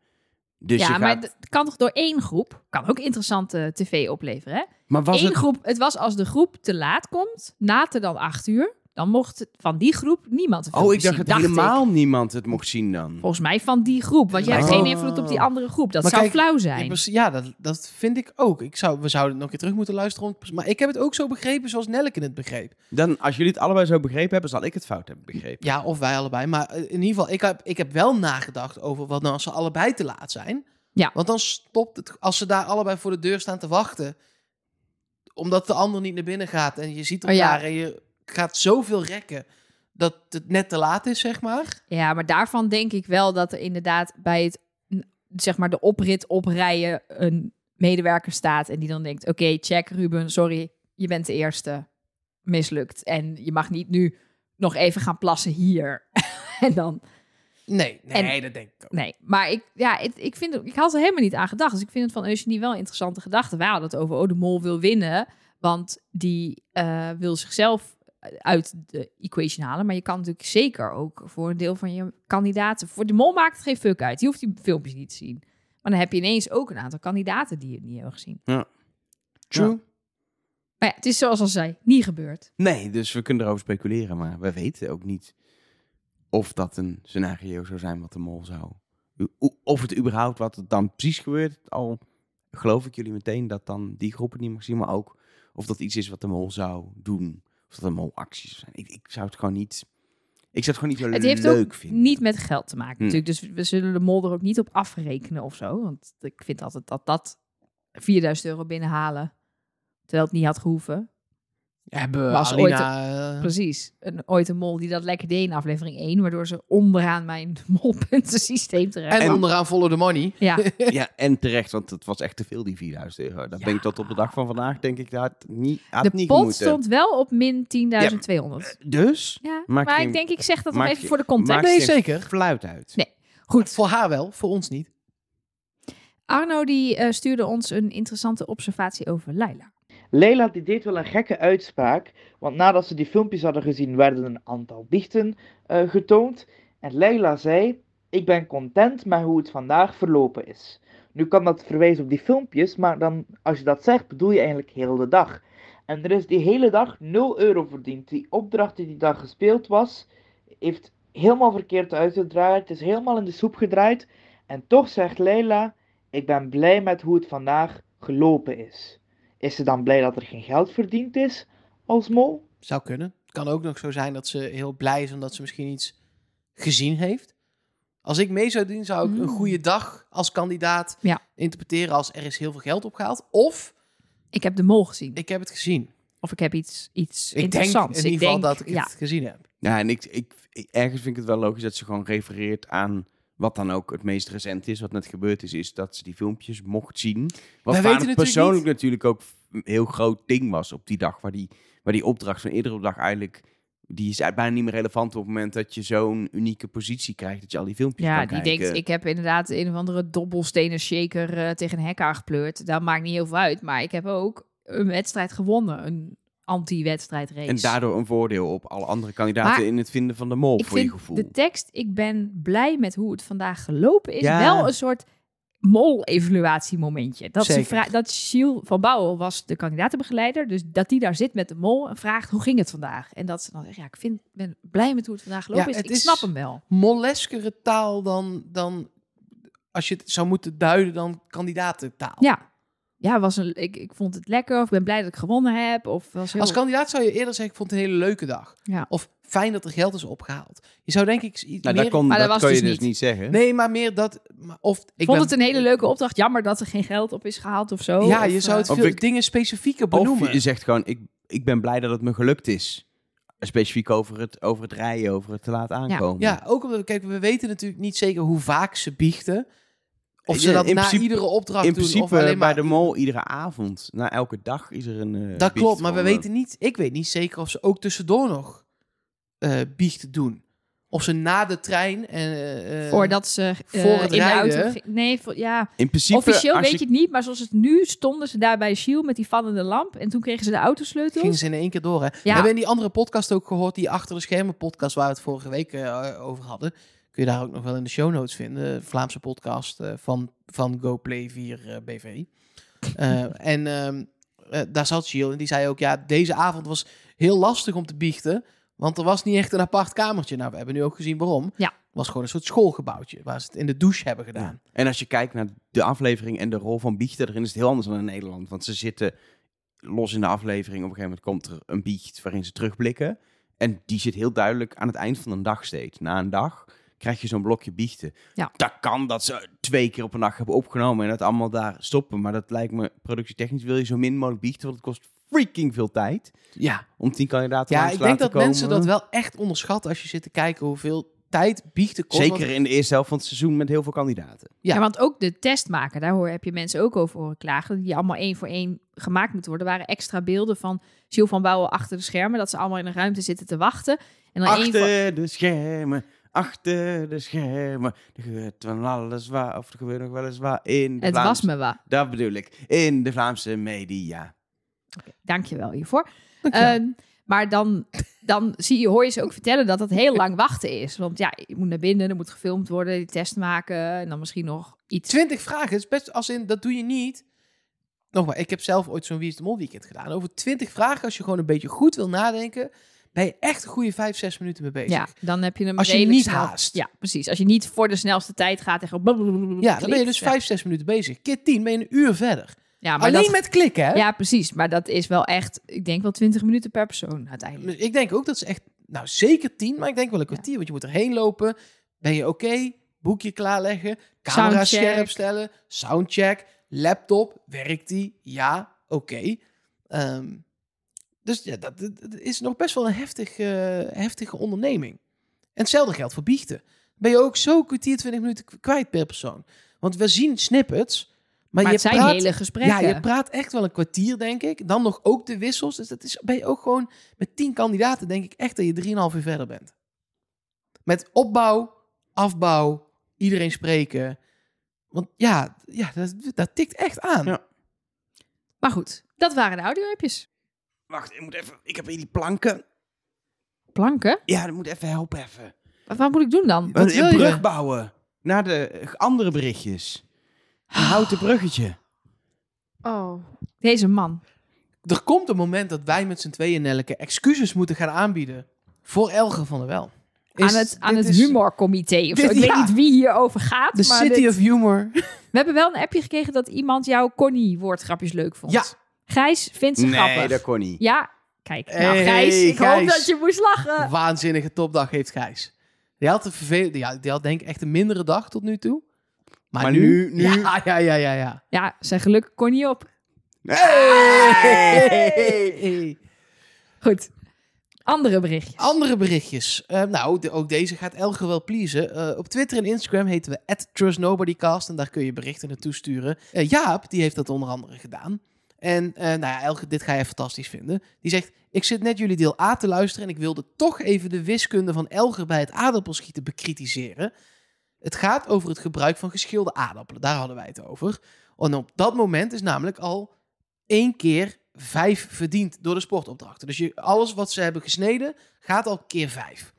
[SPEAKER 2] Dus
[SPEAKER 1] ja,
[SPEAKER 2] je
[SPEAKER 1] maar
[SPEAKER 2] gaat...
[SPEAKER 1] het kan toch door één groep? Kan ook interessante eh, tv opleveren, hè?
[SPEAKER 2] maar was
[SPEAKER 1] Eén
[SPEAKER 2] het...
[SPEAKER 1] groep, het was als de groep te laat komt, later dan acht uur, dan mocht het van die groep niemand de
[SPEAKER 2] Oh, ik
[SPEAKER 1] filmpjes
[SPEAKER 2] dacht
[SPEAKER 1] zien,
[SPEAKER 2] dat helemaal
[SPEAKER 1] ik.
[SPEAKER 2] niemand het mocht zien dan.
[SPEAKER 1] Volgens mij van die groep, want jij hebt
[SPEAKER 2] Oh.
[SPEAKER 1] geen invloed op die andere groep. Dat
[SPEAKER 3] Maar
[SPEAKER 1] zou
[SPEAKER 3] kijk,
[SPEAKER 1] flauw
[SPEAKER 3] Ja,
[SPEAKER 1] zijn.
[SPEAKER 3] precies. ja, dat, dat vind ik ook. Ik zou, we zouden het nog een keer terug moeten luisteren. om- Maar ik heb het ook zo begrepen zoals Nelleke het begreep.
[SPEAKER 2] Dan, als jullie het allebei zo begrepen hebben, zal ik het fout hebben begrepen.
[SPEAKER 3] Ja, of wij allebei. Maar eh, in ieder geval, ik heb, ik heb wel nagedacht over wat nou als ze allebei te laat zijn.
[SPEAKER 1] Ja.
[SPEAKER 3] Want dan stopt het, als ze daar allebei voor de deur staan te wachten, omdat de ander niet naar binnen gaat en je ziet
[SPEAKER 1] Oh ja.
[SPEAKER 3] elkaar en je gaat zoveel rekken dat het net te laat is, zeg maar.
[SPEAKER 1] Ja, maar daarvan denk ik wel dat er inderdaad bij het, n- zeg maar, de oprit oprijden een medewerker staat en die dan denkt: Oké, check Ruben, sorry, je bent de eerste. Mislukt. En je mag niet nu nog even gaan plassen hier. en dan.
[SPEAKER 3] Nee, nee, dat denk ik ook.
[SPEAKER 1] Nee, maar ik, ja, het- ik, vind, het- ik had er helemaal niet aan gedacht. Dus ik vind het van Eugenie wel een interessante gedachte. Wij hadden het over, oh, de mol wil winnen. Want die eh, wil zichzelf uit de equation halen. Maar je kan natuurlijk zeker ook voor een deel van je kandidaten... Voor de mol maakt het geen fuck uit. Die hoeft die filmpjes niet te zien. Maar Maar dan heb je ineens ook een aantal kandidaten die je niet hebben gezien.
[SPEAKER 2] True.
[SPEAKER 1] Maar ja, het is zoals al zei, niet gebeurd.
[SPEAKER 2] Nee, dus we kunnen erover speculeren, maar we weten ook niet of dat een scenario zou zijn wat de mol zou. o- Of het überhaupt wat er dan precies gebeurt, al geloof ik jullie meteen dat dan die groepen niet mag zien, maar ook of dat iets is wat de mol zou doen. Of dat de mol acties zijn. Ik, ik zou het gewoon niet. Ik zou het gewoon niet zo
[SPEAKER 1] Het heeft
[SPEAKER 2] leuk
[SPEAKER 1] ook
[SPEAKER 2] vinden.
[SPEAKER 1] niet met geld te maken
[SPEAKER 2] Hmm.
[SPEAKER 1] natuurlijk. Dus we zullen de mol er ook niet op afrekenen of zo. Want ik vind altijd dat dat 4000 euro binnenhalen, terwijl het niet had gehoeven.
[SPEAKER 3] Hebben
[SPEAKER 1] Was
[SPEAKER 3] Alina... eh,
[SPEAKER 1] Precies. Een, ooit een mol die dat lekker deed in aflevering 1, waardoor ze onderaan mijn molpuntensysteem terecht.
[SPEAKER 3] en,
[SPEAKER 2] En-
[SPEAKER 3] onderaan follow the money.
[SPEAKER 1] ja,
[SPEAKER 2] Ja, en terecht, want het was echt te veel, die 4000 euro. Dat
[SPEAKER 1] Ja.
[SPEAKER 2] denk ik tot op de dag van vandaag, denk ik, dat had niet, had
[SPEAKER 1] de
[SPEAKER 2] niet
[SPEAKER 1] pot
[SPEAKER 2] gemoeten.
[SPEAKER 1] stond wel op min 10.200. Ja,
[SPEAKER 2] Dus? Maakt
[SPEAKER 1] maar
[SPEAKER 2] geen-
[SPEAKER 1] ik denk ik zeg dat nog
[SPEAKER 2] maakt
[SPEAKER 1] even
[SPEAKER 2] geen-
[SPEAKER 1] voor de context.
[SPEAKER 3] Nee,
[SPEAKER 2] maakt geen
[SPEAKER 3] zeker.
[SPEAKER 2] Fluit uit.
[SPEAKER 1] Goed.
[SPEAKER 3] Voor haar wel, voor ons niet.
[SPEAKER 1] Arno die eh, stuurde ons een interessante observatie over Laila.
[SPEAKER 6] Leila die deed wel een gekke uitspraak, want nadat ze die filmpjes hadden gezien werden een aantal biechten eh, getoond. En Leila zei, ik ben content met hoe het vandaag verlopen is. Nu kan dat verwijzen op die filmpjes, maar dan, als je dat zegt bedoel je eigenlijk heel de dag. En er is die hele dag 0 euro verdiend. Die opdracht die die dag gespeeld was, heeft helemaal verkeerd uitgedraaid. Het is helemaal in de soep gedraaid. En toch zegt Leila, ik ben blij met hoe het vandaag gelopen is. Is ze dan blij dat er geen geld verdiend is als mol?
[SPEAKER 3] Zou kunnen. Kan ook nog zo zijn dat ze heel blij is omdat ze misschien iets gezien heeft. Als ik mee zou doen, zou ik
[SPEAKER 1] Mm.
[SPEAKER 3] een goede dag als kandidaat
[SPEAKER 1] Ja.
[SPEAKER 3] interpreteren als er is heel veel geld opgehaald. Of
[SPEAKER 1] Ik heb de mol gezien.
[SPEAKER 3] ik heb het gezien.
[SPEAKER 1] of ik heb iets, iets
[SPEAKER 3] Ik denk in ieder
[SPEAKER 1] interessants.
[SPEAKER 3] geval dat ik
[SPEAKER 1] ja.
[SPEAKER 3] het gezien heb.
[SPEAKER 2] Ja, en ik, ik, ik- ergens vind ik het wel logisch dat ze gewoon refereert aan wat dan ook het meest recent is. Wat net gebeurd is, is dat ze die filmpjes mocht zien. Wat
[SPEAKER 3] weten
[SPEAKER 2] voor haar
[SPEAKER 3] natuurlijk
[SPEAKER 2] persoonlijk
[SPEAKER 3] niet.
[SPEAKER 2] natuurlijk ook een heel groot ding was op die dag. Waar die, waar die opdracht van eerdere opdracht eigenlijk... Die is bijna niet meer relevant op het moment dat je zo'n unieke positie krijgt. Dat je al die filmpjes
[SPEAKER 1] Ja,
[SPEAKER 2] kan
[SPEAKER 1] die
[SPEAKER 2] kijken.
[SPEAKER 1] denkt, ik heb inderdaad een of andere dobbelstenen shaker eh, tegen een hek aangepleurd. Dat maakt niet heel veel uit. Maar ik heb ook een wedstrijd gewonnen. Een anti-wedstrijdrace.
[SPEAKER 2] En daardoor een voordeel op alle andere kandidaten
[SPEAKER 1] Maar
[SPEAKER 2] in het vinden van de mol,
[SPEAKER 1] ik
[SPEAKER 2] voor je
[SPEAKER 1] vind
[SPEAKER 2] gevoel.
[SPEAKER 1] de tekst, ik ben blij met hoe het vandaag gelopen is,
[SPEAKER 2] Ja.
[SPEAKER 1] wel een soort mol-evaluatiemomentje. Dat, ze
[SPEAKER 3] Zeker.
[SPEAKER 1] vra- dat Gilles van Bouwel was de kandidatenbegeleider, dus dat die daar zit met de mol en vraagt hoe ging het vandaag? En dat ze dan zegt, ja, ik vind, ben blij met hoe het vandaag gelopen
[SPEAKER 3] Ja,
[SPEAKER 1] is.
[SPEAKER 3] het
[SPEAKER 1] Ik
[SPEAKER 3] is-
[SPEAKER 1] snap hem wel.
[SPEAKER 3] Molleskere taal dan, dan als je het zou moeten duiden dan kandidatentaal.
[SPEAKER 1] Ja. Ja, was een, ik, ik vond het lekker, of ik ben blij dat ik gewonnen heb, of was heel...
[SPEAKER 3] Als kandidaat zou je eerder zeggen, ik vond het een hele leuke dag.
[SPEAKER 1] Ja.
[SPEAKER 3] Of fijn dat er geld is opgehaald. Je zou denk ik iets
[SPEAKER 2] nou,
[SPEAKER 3] meer...
[SPEAKER 2] dat kon,
[SPEAKER 1] maar
[SPEAKER 2] dat
[SPEAKER 1] dat was
[SPEAKER 2] kan je
[SPEAKER 1] dus
[SPEAKER 2] dus
[SPEAKER 1] niet.
[SPEAKER 2] niet zeggen.
[SPEAKER 3] Nee, maar meer dat... maar Of, ik
[SPEAKER 1] vond
[SPEAKER 3] ben-
[SPEAKER 1] het een hele leuke opdracht. Jammer dat er geen geld op is gehaald of zo.
[SPEAKER 3] Ja,
[SPEAKER 1] Of,
[SPEAKER 3] je zou het
[SPEAKER 1] eh,
[SPEAKER 2] Of
[SPEAKER 3] veel
[SPEAKER 2] ik-
[SPEAKER 3] dingen specifieker
[SPEAKER 2] Of
[SPEAKER 3] benoemen.
[SPEAKER 2] je zegt gewoon, ik, ik ben blij dat het me gelukt is. Specifiek over het, over het rijden, over het te laat aankomen.
[SPEAKER 3] Ja, ook omdat, kijk, we weten natuurlijk niet zeker hoe vaak ze biechten. Of ze
[SPEAKER 2] Ja,
[SPEAKER 3] dat
[SPEAKER 2] in
[SPEAKER 3] na
[SPEAKER 2] principe-
[SPEAKER 3] iedere opdracht
[SPEAKER 2] In
[SPEAKER 3] doen.
[SPEAKER 2] principe
[SPEAKER 3] Of alleen maar...
[SPEAKER 2] bij de mol iedere avond. Na elke dag is er een eh,
[SPEAKER 3] dat
[SPEAKER 2] biecht
[SPEAKER 3] klopt, maar we
[SPEAKER 2] van,
[SPEAKER 3] weten niet, ik weet niet zeker of ze ook tussendoor nog eh biechten doen. Of ze na de trein... eh, eh,
[SPEAKER 1] Voordat ze eh,
[SPEAKER 3] Voor het
[SPEAKER 1] in de auto...
[SPEAKER 3] rijden.
[SPEAKER 1] ging- Nee, voor, ja...
[SPEAKER 2] eh, In principe,
[SPEAKER 1] Officieel
[SPEAKER 2] als
[SPEAKER 1] weet je...
[SPEAKER 2] je,
[SPEAKER 1] het niet, maar zoals het nu stonden ze daar bij Shield met die vallende lamp. En toen kregen ze de autosleutel.
[SPEAKER 3] Gingen ze in één keer door, hè? We hebben in die andere podcast ook gehoord, die achter de schermen podcast waar we het vorige week eh, over hadden. Kun je daar ook nog wel in de show notes vinden. Vlaamse podcast eh, van, van GoPlay 4 eh, BV. Eh, en ehm, eh, daar zat Giel en die zei ook, ja, deze avond was heel lastig om te biechten. Want er was niet echt een apart kamertje. Nou, we hebben nu ook gezien waarom.
[SPEAKER 1] Ja.
[SPEAKER 3] Het was gewoon een soort schoolgebouwtje waar ze het in de douche hebben gedaan.
[SPEAKER 2] En als je kijkt naar de aflevering en de rol van biechten erin, is het heel anders dan in Nederland. Want ze zitten los in de aflevering. Op een gegeven moment komt er een biecht waarin ze terugblikken. En die zit heel duidelijk aan het eind van een dag steeds. Na een dag krijg je zo'n blokje biechten.
[SPEAKER 1] Ja.
[SPEAKER 2] Dat kan dat ze twee keer op een dag hebben opgenomen en dat allemaal daar stoppen. Maar dat lijkt me productietechnisch wil je zo min mogelijk biechten, want het kost freaking veel tijd
[SPEAKER 3] Ja,
[SPEAKER 2] om tien kandidaten
[SPEAKER 3] ja
[SPEAKER 2] langs
[SPEAKER 3] ik
[SPEAKER 2] te
[SPEAKER 3] denk
[SPEAKER 2] laten
[SPEAKER 3] dat
[SPEAKER 2] komen.
[SPEAKER 3] mensen dat wel echt onderschatten als je zit te kijken hoeveel tijd biechten kost. Want-
[SPEAKER 2] Zeker in de eerste helft van het seizoen met heel veel kandidaten.
[SPEAKER 1] Ja.
[SPEAKER 3] Ja.
[SPEAKER 1] want ook de test maken, daar hoor, heb je mensen ook over horen klagen. Die allemaal één voor één gemaakt moeten worden. Er waren extra beelden van Gilles van Bouwen achter de schermen. Dat ze allemaal in een ruimte zitten te wachten. En dan één voor...
[SPEAKER 2] Achter de schermen, achter de schermen. Er gebeurt van alles waar, of er gebeurt nog wel eens waar in de
[SPEAKER 1] Het was
[SPEAKER 2] Vlaamse...
[SPEAKER 1] me wat.
[SPEAKER 2] Dat bedoel ik, in de Vlaamse media.
[SPEAKER 1] Dankjewel hiervoor.
[SPEAKER 3] Dankjewel.
[SPEAKER 1] Ehm, maar dan dan zie je, hoor je ze ook vertellen dat dat heel lang wachten is. Want ja, je moet naar binnen, er moet gefilmd worden, die test maken en dan misschien nog iets.
[SPEAKER 3] 20 vragen. Het is best als in, dat doe je niet. Nogmaals, ik heb zelf ooit zo'n Wie is de Mol weekend gedaan. Over 20 vragen, als je gewoon een beetje goed wil nadenken, ben je echt een goede 5, 6 minuten mee bezig.
[SPEAKER 1] Ja, dan heb je hem
[SPEAKER 3] Als je
[SPEAKER 1] redelijk
[SPEAKER 3] niet
[SPEAKER 1] snel-
[SPEAKER 3] haast.
[SPEAKER 1] Ja, precies. Als je niet voor de snelste tijd gaat en gewoon blablabla
[SPEAKER 3] Ja, dan ben je
[SPEAKER 1] klikt.
[SPEAKER 3] dus
[SPEAKER 1] Ja.
[SPEAKER 3] 5, 6 minuten bezig. Keer 10 ben je een uur verder.
[SPEAKER 1] Ja, maar
[SPEAKER 3] Alleen
[SPEAKER 1] dat,
[SPEAKER 3] met klikken, hè?
[SPEAKER 1] ja, precies. Maar dat is wel echt, ik denk wel 20 minuten per persoon uiteindelijk.
[SPEAKER 3] Dus Ik denk ook dat ze echt, nou zeker 10, maar ik denk wel een kwartier. Want je moet erheen lopen. Ben je oké? Boekje klaarleggen. Camera
[SPEAKER 1] Soundcheck.
[SPEAKER 3] scherp stellen. Soundcheck. Laptop. Werkt die? Ja, oké. Ehm, dus ja, dat, dat- dat is nog best wel een heftig, eh, heftige onderneming. En hetzelfde geldt voor biechten. Ben je ook zo kwartier, 20 minuten k- kwijt per persoon. Want we zien snippets. Maar,
[SPEAKER 1] maar
[SPEAKER 3] je
[SPEAKER 1] het zijn
[SPEAKER 3] praat
[SPEAKER 1] hele gesprekken.
[SPEAKER 3] ja, je praat echt wel een kwartier, denk ik. Dan nog ook de wissels. Dus dat is, ben je ook gewoon met tien kandidaten, denk ik echt dat je 3,5 uur verder bent. Met opbouw, afbouw, iedereen spreken. Want ja, ja dat, dat tikt echt aan.
[SPEAKER 2] Ja.
[SPEAKER 1] Maar goed, dat waren de audiohubjes.
[SPEAKER 2] Wacht, ik moet even. Ik heb hier die planken.
[SPEAKER 1] Planken?
[SPEAKER 2] Ja, dat moet even helpen even.
[SPEAKER 1] Wat, wat moet ik doen dan?
[SPEAKER 3] Wat
[SPEAKER 2] Een-
[SPEAKER 3] wil
[SPEAKER 2] een
[SPEAKER 3] je?
[SPEAKER 2] brug bouwen. Naar de eh, andere berichtjes. Een
[SPEAKER 1] Ah,
[SPEAKER 2] houten bruggetje.
[SPEAKER 4] Oh.
[SPEAKER 1] Deze man.
[SPEAKER 3] Er komt een moment dat wij met z'n tweeën, Nelke, excuses moeten gaan aanbieden voor Elger van der Wel. Is-
[SPEAKER 1] aan het, aan
[SPEAKER 3] dit
[SPEAKER 1] het
[SPEAKER 3] is
[SPEAKER 1] humorcomité of zo.
[SPEAKER 3] dit-
[SPEAKER 1] Ik weet
[SPEAKER 3] ja.
[SPEAKER 1] niet wie hierover gaat.
[SPEAKER 3] De
[SPEAKER 1] maar
[SPEAKER 3] City
[SPEAKER 1] dit-
[SPEAKER 3] of Humor.
[SPEAKER 1] We hebben wel een appje gekregen dat iemand jouw Connie woordgrapjes leuk vond.
[SPEAKER 3] Ja.
[SPEAKER 1] Gijs vindt ze grappig.
[SPEAKER 2] dat kon niet.
[SPEAKER 1] Ja, kijk. Nou,
[SPEAKER 3] Hey,
[SPEAKER 1] Gijs, ik
[SPEAKER 3] Gijs.
[SPEAKER 1] hoop dat je moest lachen.
[SPEAKER 3] Waanzinnige topdag heeft Gijs. Die had, een vervel- die had, die had denk ik echt een mindere dag tot nu toe. Maar,
[SPEAKER 2] Maar
[SPEAKER 3] nu,
[SPEAKER 2] nu- nu-
[SPEAKER 3] Ja, ja, ja, ja. ja.
[SPEAKER 1] Ja, zijn geluk kon niet op.
[SPEAKER 3] Hey.
[SPEAKER 1] Goed. Andere berichtjes.
[SPEAKER 3] Andere berichtjes. Eh, nou, de- ook deze gaat Elger wel pleasen. Eh, op Twitter en Instagram heten we @trustnobodycast en daar kun je berichten naartoe sturen. Eh, Jaap, die heeft dat onder andere gedaan. En eh, nou ja, Elger, dit ga jij fantastisch vinden. Die zegt, ik zit net jullie deel A te luisteren en ik wilde toch even de wiskunde van Elger bij het aardappelschieten bekritiseren. Het gaat over het gebruik van geschilde aardappelen. Daar hadden wij het over. En op dat moment is namelijk al één keer vijf verdiend door de sportopdrachten. Dus je, alles wat ze hebben gesneden, gaat al keer 5.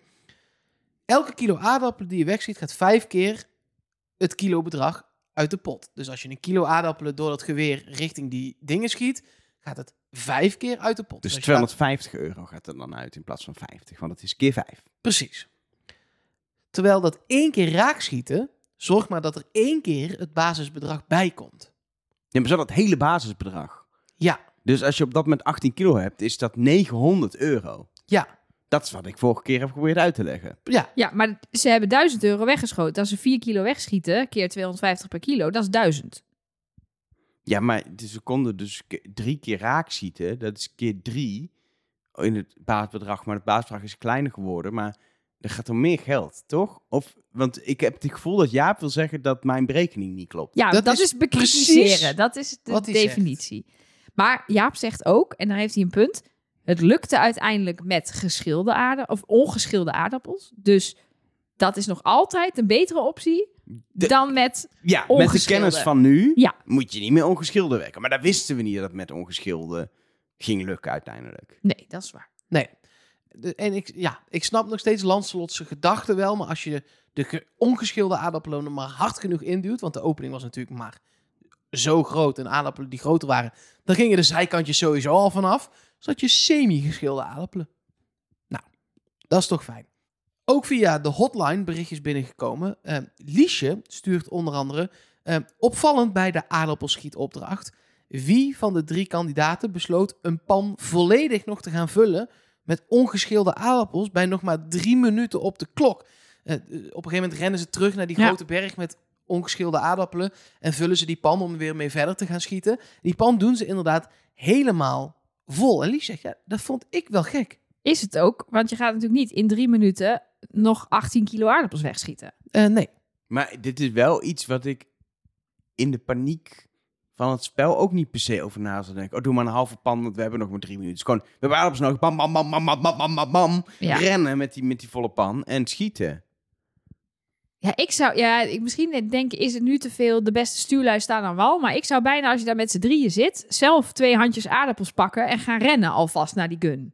[SPEAKER 3] Elke kilo aardappelen die je wegschiet gaat vijf keer het kilo bedrag uit de pot. Dus als je een kilo aardappelen door dat geweer richting die dingen schiet, gaat het vijf keer uit de pot.
[SPEAKER 2] Dus
[SPEAKER 3] als je daar-
[SPEAKER 2] 250 euro gaat er dan uit in plaats van 50, want het is keer 5.
[SPEAKER 3] Precies. Terwijl dat één keer raakschieten, zorg maar dat er één keer het basisbedrag bij komt.
[SPEAKER 2] Ja, maar zo dat hele basisbedrag.
[SPEAKER 3] Ja,
[SPEAKER 2] Dus als je op dat moment 18 kilo hebt, is dat 900 euro.
[SPEAKER 3] ja,
[SPEAKER 2] Dat is wat ik vorige keer heb geprobeerd uit te leggen.
[SPEAKER 3] ja.
[SPEAKER 1] Ja, maar ze hebben 1000 euro weggeschoten. Als ze 4 kilo wegschieten, keer 250 per kilo, dat is 1000.
[SPEAKER 2] Ja, maar de seconde dus ke- drie keer raak ziet, hè, dat is keer drie in het baasbedrag. Maar het baasbedrag is kleiner geworden, maar er gaat om meer geld, toch? Of, want ik heb het gevoel dat Jaap wil zeggen dat mijn berekening niet klopt.
[SPEAKER 1] Ja,
[SPEAKER 3] Dat
[SPEAKER 1] dat,
[SPEAKER 3] is
[SPEAKER 1] is, bekritiseren.
[SPEAKER 3] precies
[SPEAKER 1] Dat is de
[SPEAKER 3] wat hij zegt.
[SPEAKER 1] definitie. Maar Jaap zegt ook, en daar heeft hij een punt. Het lukte uiteindelijk met geschilde aardappels of ongeschilde aardappels. Dus dat is nog altijd een betere optie
[SPEAKER 2] De-
[SPEAKER 1] dan met.
[SPEAKER 2] Ja, met de
[SPEAKER 1] Ongeschilde.
[SPEAKER 2] kennis van nu
[SPEAKER 1] Ja.
[SPEAKER 2] moet je niet meer ongeschilde werken. Maar daar wisten we niet dat het met ongeschilde ging lukken uiteindelijk.
[SPEAKER 1] Nee, dat is waar.
[SPEAKER 3] Nee. De- en ik, ja, ik snap nog steeds Lancelotse gedachten wel, maar als je de ge- ongeschilde aardappelen er maar hard genoeg induwt, want de opening was natuurlijk maar zo groot en aardappelen die groter waren, dan gingen de zijkantjes sowieso al vanaf, zodat je semi-geschilde aardappelen. Nou, dat is toch fijn. Ook via de hotline berichtjes binnengekomen. Eh, Liesje stuurt onder andere eh, opvallend bij de aardappelschietopdracht. Wie van de drie kandidaten besloot een pan volledig nog te gaan vullen met ongeschilde aardappels bij nog maar drie minuten op de klok? Eh, eh, op een gegeven moment rennen ze terug naar die
[SPEAKER 1] Ja.
[SPEAKER 3] grote berg met ongeschilde aardappelen en vullen ze die pan om weer mee verder te gaan schieten. Die pan doen ze inderdaad helemaal vol. En Lies zegt, ja, dat vond ik wel gek.
[SPEAKER 1] Is het ook, want je gaat natuurlijk niet in drie minuten nog 18 kilo aardappels wegschieten.
[SPEAKER 3] Eh, nee.
[SPEAKER 2] Maar dit is wel iets wat ik in de paniek van het spel ook niet per se over na zal denken. Oh, doe maar een halve pan, want we hebben nog maar drie minuten. Het is gewoon, we hebben aardappels nodig. Bam, bam, bam, bam, bam, bam, bam, bam, bam.
[SPEAKER 1] Ja.
[SPEAKER 2] Rennen met die, met die volle pan en schieten.
[SPEAKER 1] Ja, ik zou, ja, ik misschien net denken, is het nu te veel? De beste stuurlui staan aan wal. Maar ik zou bijna, als je daar met z'n drieën zit, zelf twee handjes aardappels pakken en gaan rennen alvast naar die gun.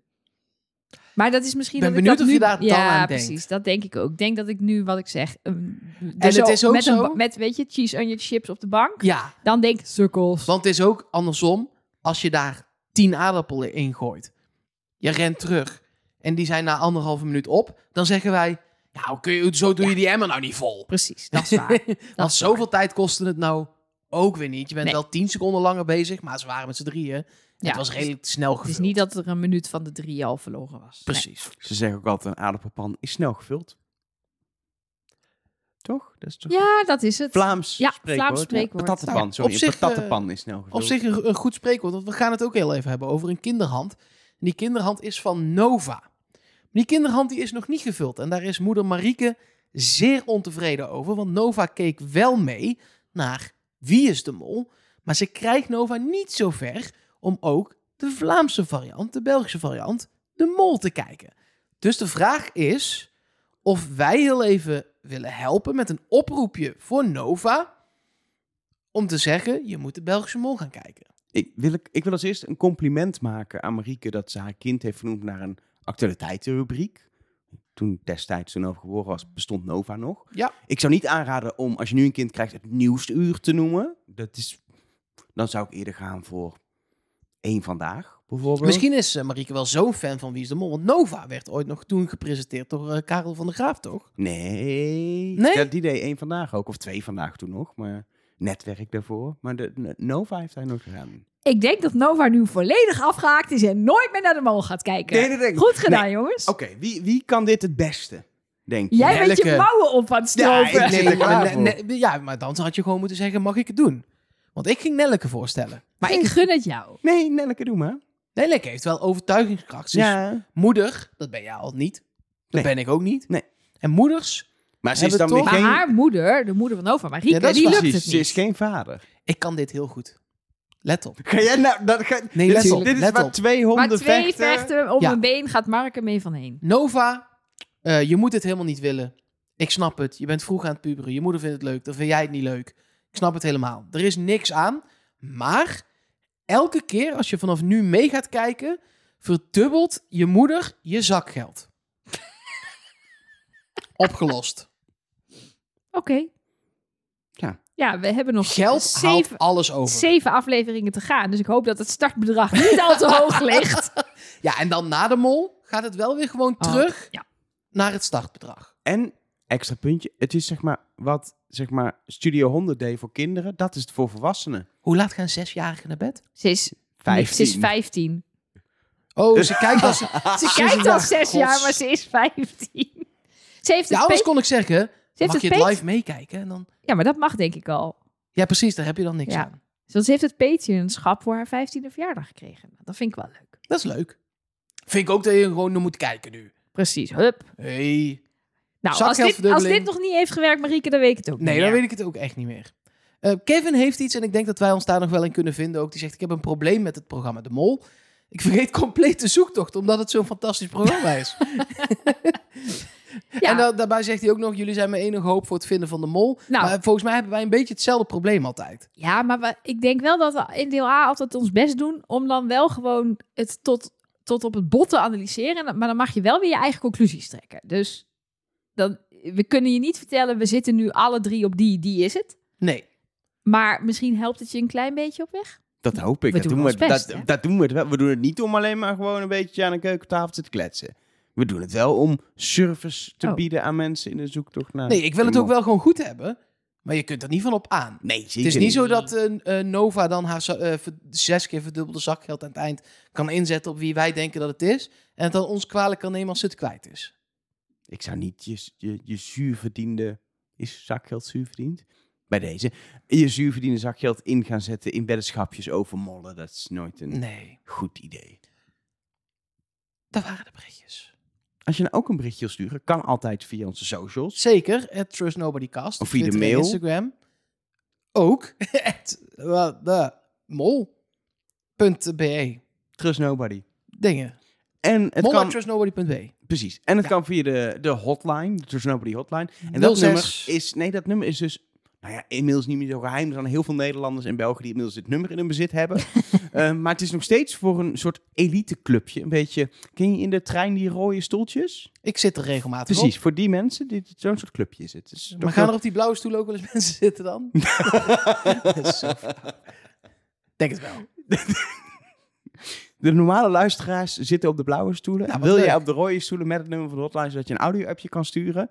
[SPEAKER 1] Maar dat is misschien
[SPEAKER 3] Ben
[SPEAKER 1] dat ik
[SPEAKER 3] benieuwd
[SPEAKER 1] dat
[SPEAKER 3] of
[SPEAKER 1] nu-
[SPEAKER 3] je daar dan
[SPEAKER 1] ja,
[SPEAKER 3] aan denkt.
[SPEAKER 1] precies. Dat denk ik ook. Ik denk dat ik nu wat ik zeg. een-
[SPEAKER 3] het
[SPEAKER 1] zo-
[SPEAKER 3] is ook
[SPEAKER 1] met
[SPEAKER 3] zo-
[SPEAKER 1] Een, ba- met, weet je, cheese on your chips op de bank.
[SPEAKER 3] Ja,
[SPEAKER 1] Dan denk ik, cirkels.
[SPEAKER 3] want het is ook andersom als je daar tien aardappelen in gooit. Je rent terug en die zijn na anderhalve minuut op. Dan zeggen wij, nou, kun je, zo doe je die emmer nou niet vol.
[SPEAKER 1] Precies, dat is waar.
[SPEAKER 3] Want
[SPEAKER 1] is
[SPEAKER 3] zoveel tijd kostte het nou ook weer niet. Je bent
[SPEAKER 1] Nee.
[SPEAKER 3] wel tien seconden langer bezig, maar ze waren met z'n drieën. En
[SPEAKER 1] Ja.
[SPEAKER 3] Het was redelijk snel
[SPEAKER 1] Dus Het
[SPEAKER 3] gevuld.
[SPEAKER 1] is niet dat er een minuut van de drie al verloren was.
[SPEAKER 3] Precies.
[SPEAKER 2] Ze zeggen ook altijd, een aardappelpan is snel gevuld. Toch? Dat is toch
[SPEAKER 1] Nee. Ja, dat is het.
[SPEAKER 2] Vlaams
[SPEAKER 1] Ja,
[SPEAKER 2] spreekwoord.
[SPEAKER 1] Vlaams spreekwoord.
[SPEAKER 2] Patattenpan,
[SPEAKER 3] Ja,
[SPEAKER 2] sorry.
[SPEAKER 3] op
[SPEAKER 2] Een
[SPEAKER 3] zich, eh,
[SPEAKER 2] patattenpan is snel gevuld.
[SPEAKER 3] Op zich een, een goed spreekwoord, want we gaan het ook heel even hebben over een kinderhand. En die kinderhand is van Nova. Maar die kinderhand die is nog niet gevuld en daar is moeder Marieke zeer ontevreden over, want Nova keek wel mee naar Wie is de Mol, maar ze krijgt Nova niet zo ver om ook de Vlaamse variant, de Belgische variant, de Mol te kijken. Dus de vraag is of wij heel even willen helpen met een oproepje voor Nova om te zeggen, je moet de Belgische Mol gaan kijken.
[SPEAKER 2] Ik wil, ik, ik wil als eerst een compliment maken aan Marieke dat ze haar kind heeft vernoemd naar een actualiteitenrubriek. Toen destijds, toen Nova geboren was, bestond Nova nog.
[SPEAKER 3] Ja.
[SPEAKER 2] Ik zou niet aanraden om, als je nu een kind krijgt, het nieuwste uur te noemen. Dat is, dan zou ik eerder gaan voor één vandaag, bijvoorbeeld.
[SPEAKER 3] Misschien is eh, Marieke wel zo'n fan van Wie is de Mol. Want Nova werd ooit nog toen gepresenteerd door eh, Karel van der Graaf, toch?
[SPEAKER 2] Nee.
[SPEAKER 3] Nee?
[SPEAKER 2] Ja, die deed één vandaag ook, of twee vandaag toen nog. Maar netwerk daarvoor. Maar de, de- Nova heeft hij nooit gedaan.
[SPEAKER 1] Ik denk dat Nova nu volledig afgehaakt is en nooit meer naar de mol gaat kijken.
[SPEAKER 2] Nee, dat denk ik.
[SPEAKER 1] Goed gedaan,
[SPEAKER 2] Nee.
[SPEAKER 1] jongens.
[SPEAKER 2] Oké, wie, wie kan dit het beste, denk je?
[SPEAKER 1] Jij bent je
[SPEAKER 3] Elke-
[SPEAKER 1] mouwen op aan het stropen.
[SPEAKER 2] ik zit er klaar
[SPEAKER 3] Nou, maar
[SPEAKER 2] voor.
[SPEAKER 3] ne- ne- ja, maar dan had je gewoon moeten zeggen, mag ik het doen? Want ik ging Nelleke voorstellen.
[SPEAKER 1] Maar ik gun het jou.
[SPEAKER 2] Nee, Nelleke, doe maar.
[SPEAKER 3] Nelleke heeft wel overtuigingskracht. Ze is
[SPEAKER 2] ja.
[SPEAKER 3] moeder, dat ben jij al niet. Dat
[SPEAKER 2] Nee.
[SPEAKER 3] ben ik ook niet.
[SPEAKER 2] Nee.
[SPEAKER 3] En moeders,
[SPEAKER 2] Maar ze is
[SPEAKER 3] Hebben
[SPEAKER 2] dan
[SPEAKER 3] we
[SPEAKER 2] weer
[SPEAKER 1] Maar
[SPEAKER 2] geen...
[SPEAKER 1] haar moeder, de moeder van Nova, Marieke,
[SPEAKER 3] Ja, dat is
[SPEAKER 1] die
[SPEAKER 3] waar.
[SPEAKER 1] lukt
[SPEAKER 2] Precies,
[SPEAKER 1] het
[SPEAKER 2] ze is
[SPEAKER 1] niet.
[SPEAKER 2] geen vader.
[SPEAKER 3] ik kan dit heel goed. Let op.
[SPEAKER 2] Ga jij nou... Dat ga,
[SPEAKER 3] Nee,
[SPEAKER 2] dit
[SPEAKER 3] let
[SPEAKER 2] is,
[SPEAKER 3] op,
[SPEAKER 2] dit is
[SPEAKER 3] let
[SPEAKER 2] waar
[SPEAKER 3] op.
[SPEAKER 2] twee honden
[SPEAKER 1] Maar twee
[SPEAKER 2] vechten.
[SPEAKER 1] vechten om
[SPEAKER 3] Ja.
[SPEAKER 1] een been gaat Marke mee van heen.
[SPEAKER 3] Nova, eh, je moet het helemaal niet willen. Ik snap het. Je bent vroeg aan het puberen. Je moeder vindt het leuk. Dan vind jij het niet leuk. Ik snap het helemaal. Er is niks aan. Maar elke keer als je vanaf nu mee gaat kijken, verdubbelt je moeder je zakgeld. Opgelost.
[SPEAKER 1] Oké.
[SPEAKER 2] Ja.
[SPEAKER 1] Ja, we hebben nog
[SPEAKER 3] Geld haalt
[SPEAKER 1] zeven,
[SPEAKER 3] alles over.
[SPEAKER 1] zeven afleveringen te gaan. Dus ik hoop dat het startbedrag niet al te hoog ligt.
[SPEAKER 3] Ja, en dan na de mol gaat het wel weer gewoon
[SPEAKER 1] Oh,
[SPEAKER 3] terug
[SPEAKER 1] ja.
[SPEAKER 3] naar het startbedrag.
[SPEAKER 2] En, extra puntje, het is zeg maar wat zeg maar, Studio 100 deed voor kinderen. Dat is het voor volwassenen.
[SPEAKER 3] Hoe laat gaan zesjarigen naar bed?
[SPEAKER 1] Ze is
[SPEAKER 2] Vijftien.
[SPEAKER 1] Ze is 15.
[SPEAKER 3] Oh, ze kijkt als ze...
[SPEAKER 1] Ze
[SPEAKER 3] Ze
[SPEAKER 1] kijkt
[SPEAKER 3] is-
[SPEAKER 1] al zes
[SPEAKER 3] Gods.
[SPEAKER 1] jaar, maar ze is 15. Ze heeft
[SPEAKER 3] Ja,
[SPEAKER 1] het,
[SPEAKER 3] anders
[SPEAKER 1] pe-
[SPEAKER 3] kon ik zeggen,
[SPEAKER 1] ze heeft
[SPEAKER 3] mag
[SPEAKER 1] het
[SPEAKER 3] je
[SPEAKER 1] peet-
[SPEAKER 3] het live meekijken? En dan
[SPEAKER 1] Ja, maar dat mag denk ik al.
[SPEAKER 3] Ja, precies, daar heb je dan niks
[SPEAKER 1] Ja.
[SPEAKER 3] aan.
[SPEAKER 1] Zo, Ze Dus heeft het Patreonschap voor haar 15e verjaardag gekregen. Nou, Dat vind ik wel leuk.
[SPEAKER 3] Dat is leuk. Vind ik ook dat je gewoon naar moet kijken nu.
[SPEAKER 1] Precies, hup.
[SPEAKER 3] Hey.
[SPEAKER 1] Nou, als dit, als
[SPEAKER 3] Zakgeldverdubbeling.
[SPEAKER 1] dit nog niet heeft gewerkt, Marieke, dan weet ik het ook
[SPEAKER 3] Nee,
[SPEAKER 1] niet
[SPEAKER 3] dan
[SPEAKER 1] meer.
[SPEAKER 3] weet ik het ook echt niet meer. Eh, Kevin heeft iets en ik denk dat wij ons daar nog wel in kunnen vinden. Ook die zegt: Ik heb een probleem met het programma De Mol. Ik vergeet compleet de zoektocht, omdat het zo'n fantastisch programma is.
[SPEAKER 1] Ja,
[SPEAKER 3] En da- daarbij zegt hij ook nog: Jullie zijn mijn enige hoop voor het vinden van De Mol.
[SPEAKER 1] Nou.
[SPEAKER 3] Maar volgens mij hebben wij een beetje hetzelfde probleem altijd.
[SPEAKER 1] ja, maar we- ik denk wel dat we in deel A altijd ons best doen... om dan wel gewoon het tot, tot op het bot te analyseren. En- Maar dan mag je wel weer je eigen conclusies trekken. Dus dan, we kunnen je niet vertellen... we zitten nu alle drie op die, die is het.
[SPEAKER 3] Nee.
[SPEAKER 1] Maar misschien helpt het je een klein beetje op weg.
[SPEAKER 2] Dat hoop ik.
[SPEAKER 1] We
[SPEAKER 2] dat,
[SPEAKER 1] doen
[SPEAKER 2] we,
[SPEAKER 1] ons best, hè?
[SPEAKER 2] dat, dat doen we het wel. We doen het niet om alleen maar gewoon een beetje aan een keukentafel te kletsen. We doen het wel om service te
[SPEAKER 1] Oh.
[SPEAKER 2] bieden aan mensen in de zoektocht naar...
[SPEAKER 3] nee, ik wil het
[SPEAKER 2] de
[SPEAKER 3] ook
[SPEAKER 2] mol.
[SPEAKER 3] wel gewoon goed hebben, maar je kunt er niet van op aan.
[SPEAKER 2] Nee, zeker
[SPEAKER 3] Het is niet zo dat eh, eh, Nova dan haar za- eh, ver- zes keer verdubbelde zakgeld aan het eind kan inzetten op wie wij denken dat het is. En het dan ons kwalijk kan nemen als ze het kwijt is.
[SPEAKER 2] Ik zou niet je, je, je zuurverdiende... Is zakgeld zuurverdiend? Bij deze. Je zuurverdiende zakgeld in gaan zetten in weddenschapjes over mollen. Dat is nooit een
[SPEAKER 3] Nee,
[SPEAKER 2] goed idee.
[SPEAKER 3] dat waren de berichtjes.
[SPEAKER 2] Als je nou ook een berichtje wil sturen, kan altijd via onze socials.
[SPEAKER 3] Zeker, at Trust Nobody Cast.
[SPEAKER 2] Of via de
[SPEAKER 3] Twitter en
[SPEAKER 2] mail.
[SPEAKER 3] Instagram. Ook, at eh, de mol.be.
[SPEAKER 2] Trust nobody.
[SPEAKER 3] Dingen.
[SPEAKER 2] En het
[SPEAKER 3] Mol at
[SPEAKER 2] kan,
[SPEAKER 3] trustnobody.be.
[SPEAKER 2] precies. En het
[SPEAKER 3] Ja.
[SPEAKER 2] kan via de, de hotline, de Trust Nobody hotline. En dat
[SPEAKER 3] 06.
[SPEAKER 2] nummer is, nee, dat nummer is dus, nou ja, inmiddels niet meer zo geheim. Er zijn heel veel Nederlanders en Belgen die inmiddels dit nummer in hun bezit hebben. Eh, maar het is nog steeds voor een soort eliteclubje. Een beetje, ken je in de trein die rode stoeltjes?
[SPEAKER 3] Ik zit er regelmatig
[SPEAKER 2] Precies, voor die mensen, die, zo'n soort clubje is het. Dus
[SPEAKER 3] op. Maar gaan er op die blauwe stoel ook wel eens mensen zitten dan? Dat is zo flauw. Denk het wel.
[SPEAKER 2] De normale luisteraars zitten op de blauwe stoelen.
[SPEAKER 3] Nou, wat
[SPEAKER 2] Wil
[SPEAKER 3] leuk.
[SPEAKER 2] jij op de rode stoelen met het nummer van de hotline, zodat je een audio-appje kan sturen?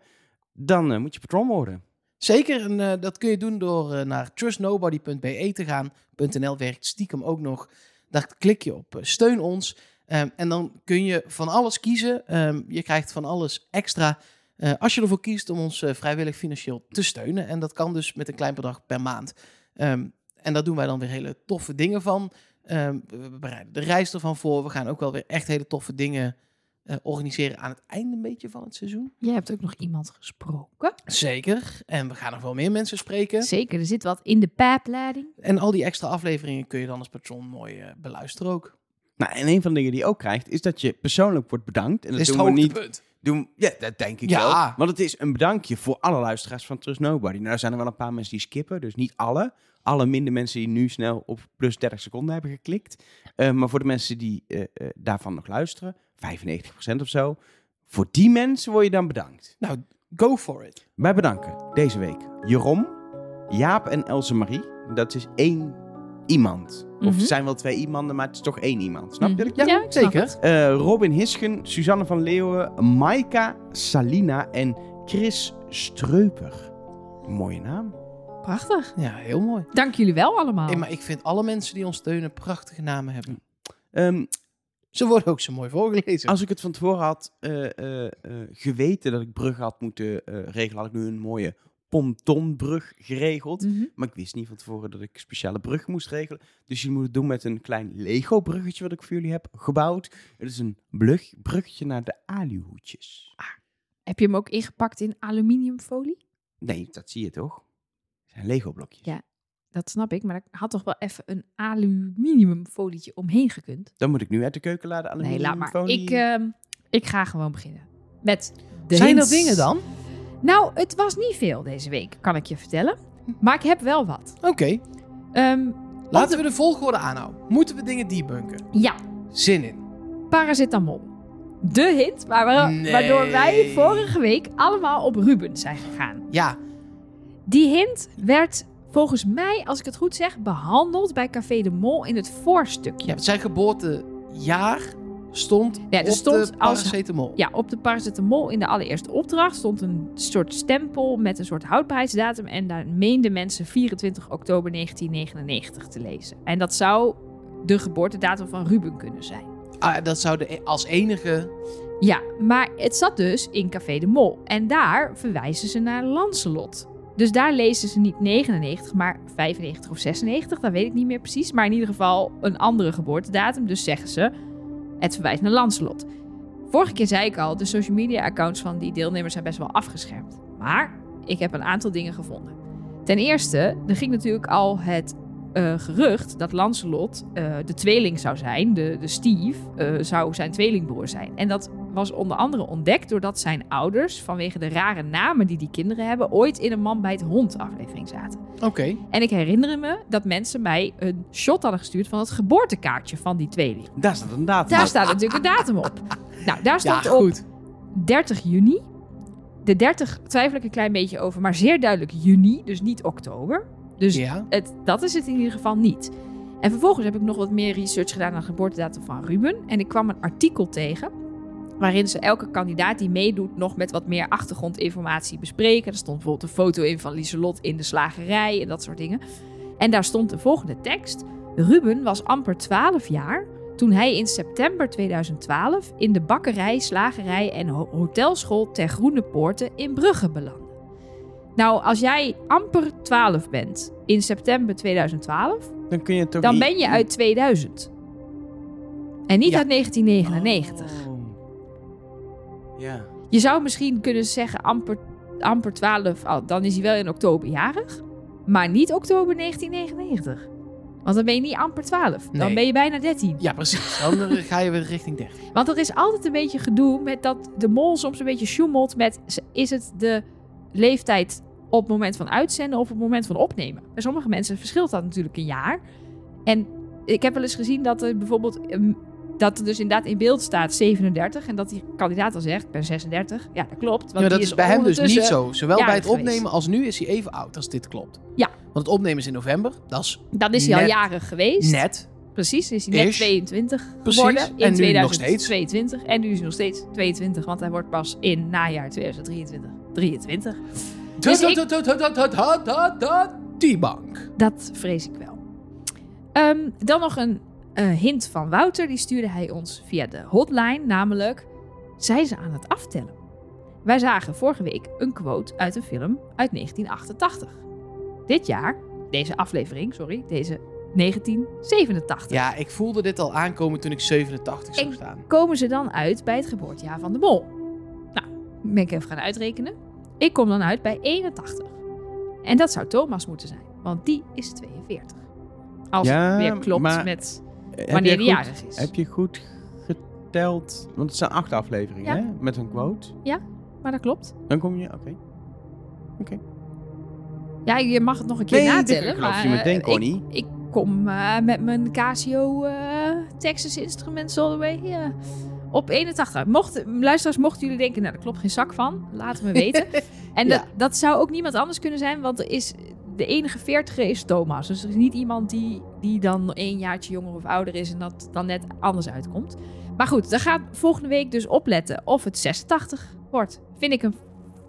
[SPEAKER 2] Dan eh, moet je patron worden.
[SPEAKER 3] Zeker, en eh, dat kun je doen door eh, naar trustnobody.be te gaan. .nl werkt stiekem ook nog. Daar klik je op eh, steun ons. Ehm, en dan kun je van alles kiezen. Ehm, je krijgt van alles extra eh, als je ervoor kiest om ons eh, vrijwillig financieel te steunen. En dat kan dus met een klein bedrag per maand. Ehm, en daar doen wij dan weer hele toffe dingen van. Ehm, we we bereiden de reis ervan voor. We gaan ook wel weer echt hele toffe dingen eh, organiseren aan het einde een beetje van het seizoen.
[SPEAKER 1] Jij hebt ook nog iemand gesproken.
[SPEAKER 3] Zeker. En we gaan nog wel meer mensen spreken.
[SPEAKER 1] Zeker, er zit wat in de pijpleiding.
[SPEAKER 3] En al die extra afleveringen kun je dan als patron mooi eh, beluisteren ook.
[SPEAKER 2] Nou, en een van de dingen die je ook krijgt, is dat je persoonlijk wordt bedankt. En dat
[SPEAKER 3] is het
[SPEAKER 2] doen we niet.
[SPEAKER 3] hoogtepunt.
[SPEAKER 2] Doen, ja, dat denk ik
[SPEAKER 3] Ja.
[SPEAKER 2] wel. Want het is een bedankje voor alle luisteraars van Trust Nobody. Nou, er zijn er wel een paar mensen die skippen, dus niet alle. Alle minder mensen die nu snel op plus 30 seconden hebben geklikt. Eh, maar voor de mensen die eh, eh, daarvan nog luisteren, 95% of zo. Voor die mensen word je dan bedankt.
[SPEAKER 3] Nou, go for it.
[SPEAKER 2] Wij bedanken deze week Jeroen, Jaap en Else Marie. Dat is één iemand. Of
[SPEAKER 1] Mhm.
[SPEAKER 2] het zijn wel twee iemanden, maar het is toch één iemand. Snap
[SPEAKER 3] Mhm.
[SPEAKER 2] je? dat ik-
[SPEAKER 1] Ja, ik snap
[SPEAKER 3] zeker.
[SPEAKER 1] het.
[SPEAKER 2] Eh, Robin Hisken, Suzanne van Leeuwen, Maika Salina en Chris Streuper. Mooie naam.
[SPEAKER 1] Prachtig.
[SPEAKER 3] Ja, heel mooi.
[SPEAKER 1] Dank jullie wel allemaal.
[SPEAKER 3] Hey, maar ik vind alle mensen die ons steunen prachtige namen hebben.
[SPEAKER 2] Ehm,
[SPEAKER 3] Ze worden ook zo mooi voorgelezen.
[SPEAKER 2] als ik het van tevoren had eh, eh, eh, geweten dat ik bruggen had moeten eh, regelen, had ik nu een mooie pontonbrug geregeld.
[SPEAKER 1] Mhm.
[SPEAKER 2] Maar ik wist niet van tevoren dat ik speciale bruggen moest regelen. Dus je moet het doen met een klein Lego-bruggetje wat ik voor jullie heb gebouwd. Het is een blug, bruggetje naar de aluhoedjes.
[SPEAKER 1] Heb je hem ook ingepakt in aluminiumfolie?
[SPEAKER 2] Nee, dat zie je toch? Het zijn Lego-blokjes.
[SPEAKER 1] Ja. Dat snap ik, maar er had toch wel even een aluminiumfolietje omheen gekund?
[SPEAKER 2] Dan moet ik nu uit de keuken laden aan de
[SPEAKER 1] Nee, laat maar. Ik, ehm, ik ga gewoon beginnen. Met de
[SPEAKER 3] Zijn dat
[SPEAKER 1] hints.
[SPEAKER 3] dingen dan?
[SPEAKER 1] Nou, het was niet veel deze week, kan ik je vertellen. Maar ik heb wel wat.
[SPEAKER 3] Oké,
[SPEAKER 1] Ehm,
[SPEAKER 3] laten we de volgorde aanhouden. Moeten we dingen debunken?
[SPEAKER 1] ja,
[SPEAKER 3] Zin in.
[SPEAKER 1] paracetamol. De hint waar we-
[SPEAKER 3] Nee.
[SPEAKER 1] waardoor wij vorige week allemaal op Ruben zijn gegaan.
[SPEAKER 3] Ja,
[SPEAKER 1] Die hint werd volgens mij, als ik het goed zeg, behandeld bij Café de Mol in het voorstukje.
[SPEAKER 3] ja zijn geboortejaar stond
[SPEAKER 1] er
[SPEAKER 3] op
[SPEAKER 1] stond
[SPEAKER 3] de
[SPEAKER 1] als-
[SPEAKER 3] paracetamol.
[SPEAKER 1] Ja, op de paracetamol in de allereerste opdracht stond een soort stempel met een soort houdbaarheidsdatum. En daar meenden mensen 24 oktober 1999 te lezen. En dat zou de geboortedatum van Ruben kunnen zijn.
[SPEAKER 3] Ah, dat zou de, e- als enige...
[SPEAKER 1] Ja, maar het zat dus in Café de Mol. En daar verwijzen ze naar Lancelot. Dus daar lezen ze niet 99, maar 95 of 96. Dat weet ik niet meer precies. Maar in ieder geval een andere geboortedatum. Dus zeggen ze, het verwijst naar Lancelot. Vorige keer zei ik al, de social media accounts van die deelnemers zijn best wel afgeschermd. Maar ik heb een aantal dingen gevonden. Ten eerste, er ging natuurlijk al het eh, gerucht dat Lancelot eh, de tweeling zou zijn. De, de Steve eh, zou zijn tweelingbroer zijn. En dat was onder andere ontdekt doordat zijn ouders, vanwege de rare namen die die kinderen hebben, ooit in een Man bij het Hond aflevering zaten.
[SPEAKER 3] Oké,
[SPEAKER 1] En ik herinner me dat mensen mij een shot hadden gestuurd van het geboortekaartje van die tweeling.
[SPEAKER 2] Daar staat een datum.
[SPEAKER 1] Daar
[SPEAKER 2] op.
[SPEAKER 1] staat natuurlijk een datum op. Nou, daar
[SPEAKER 3] ja
[SPEAKER 1] stond op
[SPEAKER 3] goed.
[SPEAKER 1] 30 juni. De 30 twijfel ik een klein beetje over, maar zeer duidelijk juni, dus niet oktober. Dus
[SPEAKER 3] Ja,
[SPEAKER 1] het, dat is het in ieder geval niet. En vervolgens heb ik nog wat meer research gedaan naar de geboortedatum van Ruben. En ik kwam een artikel tegen. Waarin ze elke kandidaat die meedoet nog met wat meer achtergrondinformatie bespreken. Er stond bijvoorbeeld een foto in van Lieselot in de slagerij en dat soort dingen. En daar stond de volgende tekst. Ruben was amper 12 jaar toen hij in september 2012 in de bakkerij, slagerij en ho- hotelschool ter Groene Poorten in Brugge belandde. Nou, als jij amper 12 bent in september 2012,
[SPEAKER 2] Dan kun je toch
[SPEAKER 1] dan
[SPEAKER 2] niet-
[SPEAKER 1] ben je uit 2000. En niet
[SPEAKER 3] Ja.
[SPEAKER 1] uit 1999.
[SPEAKER 2] Oh. Ja.
[SPEAKER 1] Je zou misschien kunnen zeggen amper, amper 12, al- dan is hij wel in oktober jarig. Maar niet oktober 1999. Want dan ben je niet amper 12. Dan
[SPEAKER 3] Nee.
[SPEAKER 1] ben je bijna 13.
[SPEAKER 3] ja precies. Dan eh, ga je weer richting 30.
[SPEAKER 1] Want er is altijd een beetje gedoe met dat de mol soms een beetje sjoemelt met... z- is het de leeftijd op het moment van uitzenden of op het moment van opnemen. Bij sommige mensen verschilt dat natuurlijk een jaar. En ik heb wel eens gezien dat er bijvoorbeeld ehm, dat er dus inderdaad in beeld staat 37 en dat die kandidaat al zegt ik ben 36. Ja, dat klopt. Want
[SPEAKER 3] Ja, maar
[SPEAKER 1] die
[SPEAKER 3] dat is bij hem dus niet
[SPEAKER 1] ondertussen-
[SPEAKER 3] zo. Zowel bij het
[SPEAKER 1] jarig
[SPEAKER 3] opnemen als nu is hij even oud als dit klopt.
[SPEAKER 1] Ja.
[SPEAKER 3] Want het opnemen is in november. Dat is
[SPEAKER 1] Dan is hij
[SPEAKER 3] Net.
[SPEAKER 1] al jarig geweest.
[SPEAKER 3] net.
[SPEAKER 1] Precies, is hij net
[SPEAKER 3] Ish.
[SPEAKER 1] 22
[SPEAKER 3] Precies,
[SPEAKER 1] geworden
[SPEAKER 3] en
[SPEAKER 1] in
[SPEAKER 3] nu nog steeds.
[SPEAKER 1] 2022. En nu is hij nog steeds 22, want hij wordt pas in najaar 2023 23. Dus
[SPEAKER 3] Da-
[SPEAKER 1] ik-
[SPEAKER 3] da- da- da- da- da- da- da- da- Die bank.
[SPEAKER 1] Dat vrees ik wel. Ehm, dan nog een eh, hint van Wouter. Die stuurde hij ons via de hotline. Namelijk, zijn ze aan het aftellen? Wij zagen vorige week een quote uit een film uit 1988. Dit jaar, deze aflevering, sorry, deze 1987.
[SPEAKER 3] Ja, ik voelde dit al aankomen toen ik 87 zou
[SPEAKER 1] Ik-
[SPEAKER 3] staan.
[SPEAKER 1] komen ze dan uit bij het geboortejaar van de mol. Nou, ben ik even gaan uitrekenen. Ik kom dan uit bij 81. En dat zou Thomas moeten zijn, want die is 42. Als
[SPEAKER 2] Ja,
[SPEAKER 1] het weer klopt
[SPEAKER 2] maar-
[SPEAKER 1] met
[SPEAKER 2] Heb
[SPEAKER 1] wanneer hij
[SPEAKER 2] jij goed-
[SPEAKER 1] jarig is.
[SPEAKER 2] Heb je goed geteld? Want het zijn acht afleveringen,
[SPEAKER 1] Ja.
[SPEAKER 2] hè? Met een quote.
[SPEAKER 1] Maar dat klopt.
[SPEAKER 2] Dan kom je... Oké.
[SPEAKER 1] Ja, je mag het nog een keer
[SPEAKER 2] Nee, dit
[SPEAKER 1] natellen.
[SPEAKER 2] geloof
[SPEAKER 1] maar,
[SPEAKER 2] je meteen,
[SPEAKER 1] eh, ik-
[SPEAKER 2] Connie.
[SPEAKER 1] Ik, kom eh, met mijn Casio eh, Texas Instruments all the way eh, op 81. Mocht, luisteraars, mochten jullie denken, nou, daar klopt geen zak van. Laat het me weten. En
[SPEAKER 3] Ja.
[SPEAKER 1] dat, dat zou ook niemand anders kunnen zijn, want er is, de enige veertiger is Thomas. Dus er is niet iemand die, die dan een jaartje jonger of ouder is en dat dan net anders uitkomt. Maar goed, dan gaat volgende week dus opletten of het 86 wordt. Vind ik een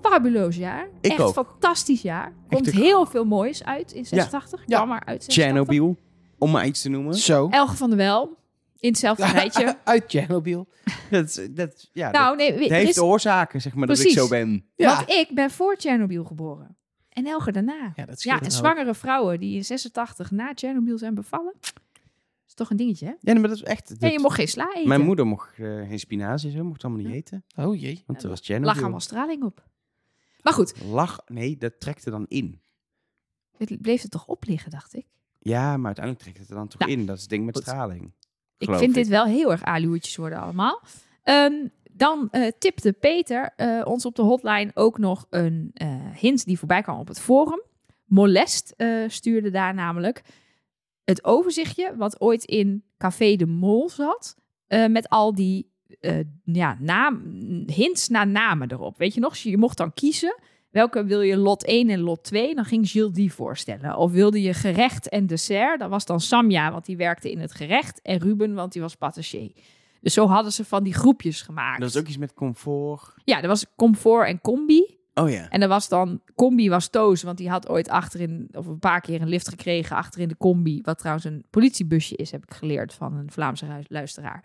[SPEAKER 1] fabuleus jaar.
[SPEAKER 2] Ik
[SPEAKER 1] Echt
[SPEAKER 2] ook.
[SPEAKER 1] fantastisch jaar. Komt
[SPEAKER 2] een-
[SPEAKER 1] heel veel moois uit in 86.
[SPEAKER 3] Ja.
[SPEAKER 1] Kwam maar uit 86.
[SPEAKER 2] Chernobyl, om maar iets te noemen.
[SPEAKER 3] Zo.
[SPEAKER 1] Elge van der Wel. In hetzelfde rijtje.
[SPEAKER 3] Uit Chernobyl.
[SPEAKER 2] Dat, dat, ja, dat-
[SPEAKER 1] nou, nee,
[SPEAKER 2] het
[SPEAKER 1] weet- er
[SPEAKER 2] heeft
[SPEAKER 1] is,
[SPEAKER 2] oorzaken, zeg maar,
[SPEAKER 1] Precies.
[SPEAKER 2] dat ik zo ben.
[SPEAKER 3] Ja.
[SPEAKER 1] want ik ben voor Chernobyl geboren. En Elge daarna.
[SPEAKER 3] Ja, dat
[SPEAKER 1] Ja,
[SPEAKER 3] scheelt
[SPEAKER 1] en
[SPEAKER 3] een hoop.
[SPEAKER 1] zwangere vrouwen die in 86 na Chernobyl zijn bevallen. is toch een dingetje, hè?
[SPEAKER 2] Ja, nee, maar dat is echt... dat-
[SPEAKER 1] En je mocht geen sla eten. Hm.
[SPEAKER 2] Mijn moeder mocht eh, geen spinazie en zo, mocht het allemaal niet eten.
[SPEAKER 3] Oh jee.
[SPEAKER 2] Want dat was
[SPEAKER 1] lag
[SPEAKER 2] Chernobyl.
[SPEAKER 1] allemaal straling op. Maar goed,
[SPEAKER 2] Lach, nee, dat trekt er dan in.
[SPEAKER 1] het bleef er toch op liggen, dacht ik.
[SPEAKER 2] Ja, maar uiteindelijk trekt het er dan toch
[SPEAKER 1] Nou,
[SPEAKER 2] in. Dat is het ding met
[SPEAKER 1] goed.
[SPEAKER 2] straling.
[SPEAKER 1] Ik
[SPEAKER 2] Geloof
[SPEAKER 1] vind
[SPEAKER 2] ik.
[SPEAKER 1] dit wel heel erg aluhoedjes worden allemaal. Ehm, dan eh, tipte Peter eh, ons op de hotline ook nog een eh, hint die voorbij kwam op het forum. Molest eh, stuurde daar namelijk het overzichtje wat ooit in Café de Mol zat. eh, met al die eh, ja, naam, hints naar namen erop. Weet je nog, je mocht dan kiezen. Welke wil je lot 1 en lot 2? Dan ging Gilles die voorstellen. Of wilde je gerecht en dessert? Dat was dan Samja, want die werkte in het gerecht. En Ruben, want die was patissier. Dus zo hadden ze van die groepjes gemaakt.
[SPEAKER 2] Dat is ook iets met comfort.
[SPEAKER 1] Ja, er was comfort en combi.
[SPEAKER 2] Oh ja.
[SPEAKER 1] En er was dan, combi was Toos, want die had ooit achterin, of een paar keer een lift gekregen achterin de combi. Wat trouwens een politiebusje is, heb ik geleerd van een Vlaamse ru- luisteraar.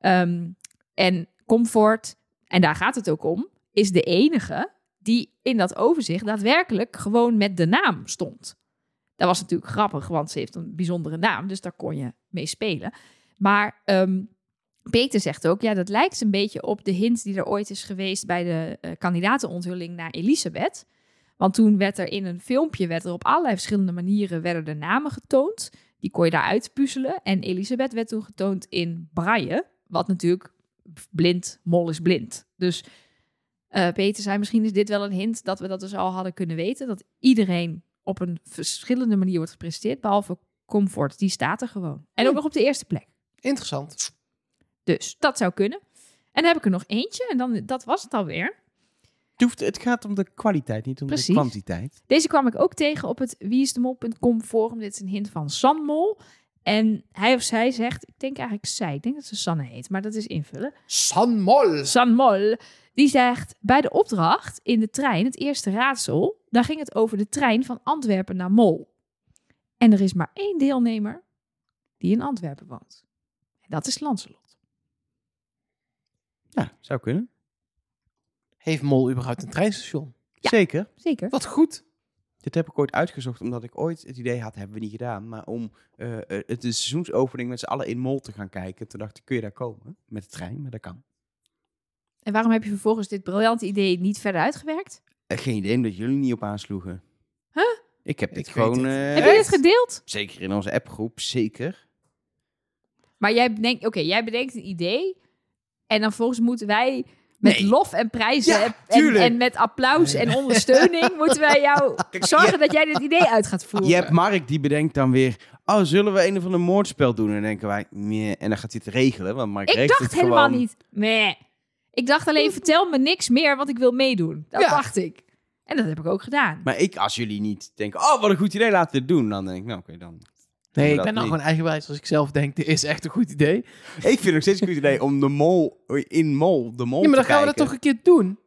[SPEAKER 1] Ehm, en comfort, en daar gaat het ook om, is de enige die in dat overzicht daadwerkelijk gewoon met de naam stond. Dat was natuurlijk grappig, want ze heeft een bijzondere naam, dus daar kon je mee spelen. Maar ehm, Peter zegt ook, ja, dat lijkt een beetje op de hint die er ooit is geweest bij de eh, kandidatenonthulling naar Elisabeth. Want toen werd er in een filmpje, werd er op allerlei verschillende manieren, werden de namen getoond. Die kon je daar uitpuzzelen. En Elisabeth werd toen getoond in braille, wat natuurlijk blind, mol is blind. Dus eh, Peter zei, misschien is dit wel een hint dat we dat dus al hadden kunnen weten. Dat iedereen op een verschillende manier wordt gepresenteerd, behalve Comfort, die staat er gewoon. En ook nog op de eerste plek.
[SPEAKER 3] Interessant.
[SPEAKER 1] Dus dat zou kunnen. En dan heb ik er nog eentje en dan, dat was het alweer.
[SPEAKER 2] Het, hoeft, het gaat om de kwaliteit, niet om de
[SPEAKER 1] Precies.
[SPEAKER 2] kwantiteit.
[SPEAKER 1] Deze kwam ik ook tegen op het wieisdemol.com forum. Dit is een hint van Sanmol. En hij of zij zegt, ik denk eigenlijk zij, ik denk dat ze Sanne heet, maar dat is invullen.
[SPEAKER 3] San Mol.
[SPEAKER 1] Sanmol, die zegt bij de opdracht in de trein, het eerste raadsel, daar ging het over de trein van Antwerpen naar Mol. En er is maar één deelnemer die in Antwerpen woont. En dat is Lancelot.
[SPEAKER 2] Ja, zou kunnen.
[SPEAKER 3] Heeft Mol überhaupt een treinstation?
[SPEAKER 1] Ja.
[SPEAKER 2] Zeker.
[SPEAKER 1] Zeker.
[SPEAKER 3] Wat goed.
[SPEAKER 2] Dit heb ik ooit uitgezocht, omdat ik ooit het idee had, hebben we niet gedaan, maar om eh, eh, het de seizoensopening met z'n allen in Mol te gaan kijken. Toen dacht ik, kun je daar komen? Met de trein, maar dat kan.
[SPEAKER 1] En waarom heb je vervolgens dit briljante idee niet verder uitgewerkt?
[SPEAKER 2] Eh, Geen idee, omdat jullie niet op aansloegen.
[SPEAKER 1] Huh?
[SPEAKER 2] Ik heb dit
[SPEAKER 3] weet
[SPEAKER 2] gewoon...
[SPEAKER 3] het.
[SPEAKER 2] eh,
[SPEAKER 1] Heb je dit gedeeld?
[SPEAKER 2] Zeker in onze appgroep, zeker.
[SPEAKER 1] Maar jij bedenkt, oké, jij bedenkt een idee. En dan volgens moeten wij Met
[SPEAKER 2] Nee.
[SPEAKER 1] lof en prijzen
[SPEAKER 2] Ja,
[SPEAKER 1] en- en,
[SPEAKER 2] tuurlijk.
[SPEAKER 1] en met applaus en ondersteuning moeten wij jou
[SPEAKER 2] Kijk,
[SPEAKER 1] zorgen dat jij dit idee uit gaat voeren.
[SPEAKER 2] Je hebt Mark die bedenkt dan weer. Oh, zullen we een of ander moordspel doen? En dan denken wij, nee. En dan gaat hij het regelen, want Mark
[SPEAKER 1] ik
[SPEAKER 2] regelt
[SPEAKER 1] dacht
[SPEAKER 2] het
[SPEAKER 1] helemaal
[SPEAKER 2] gewoon.
[SPEAKER 1] niet. Meh. Ik dacht alleen, vertel me niks meer, want ik wil meedoen. Dat
[SPEAKER 2] Ja.
[SPEAKER 1] dacht ik. En dat heb ik ook gedaan.
[SPEAKER 2] Maar ik, als jullie niet denken, oh, wat een goed idee, laten we het doen. Dan denk ik, nou, oké, dan.
[SPEAKER 3] Nee, ik
[SPEAKER 2] dat
[SPEAKER 3] ben nou
[SPEAKER 2] niet.
[SPEAKER 3] gewoon eigenwijs als ik zelf denk, dit is echt een goed idee.
[SPEAKER 2] Ik vind het nog steeds een goed idee om de mol in mol, de mol
[SPEAKER 3] Ja, maar dan
[SPEAKER 2] te
[SPEAKER 3] gaan we dat
[SPEAKER 2] kijken.
[SPEAKER 3] toch een keer doen.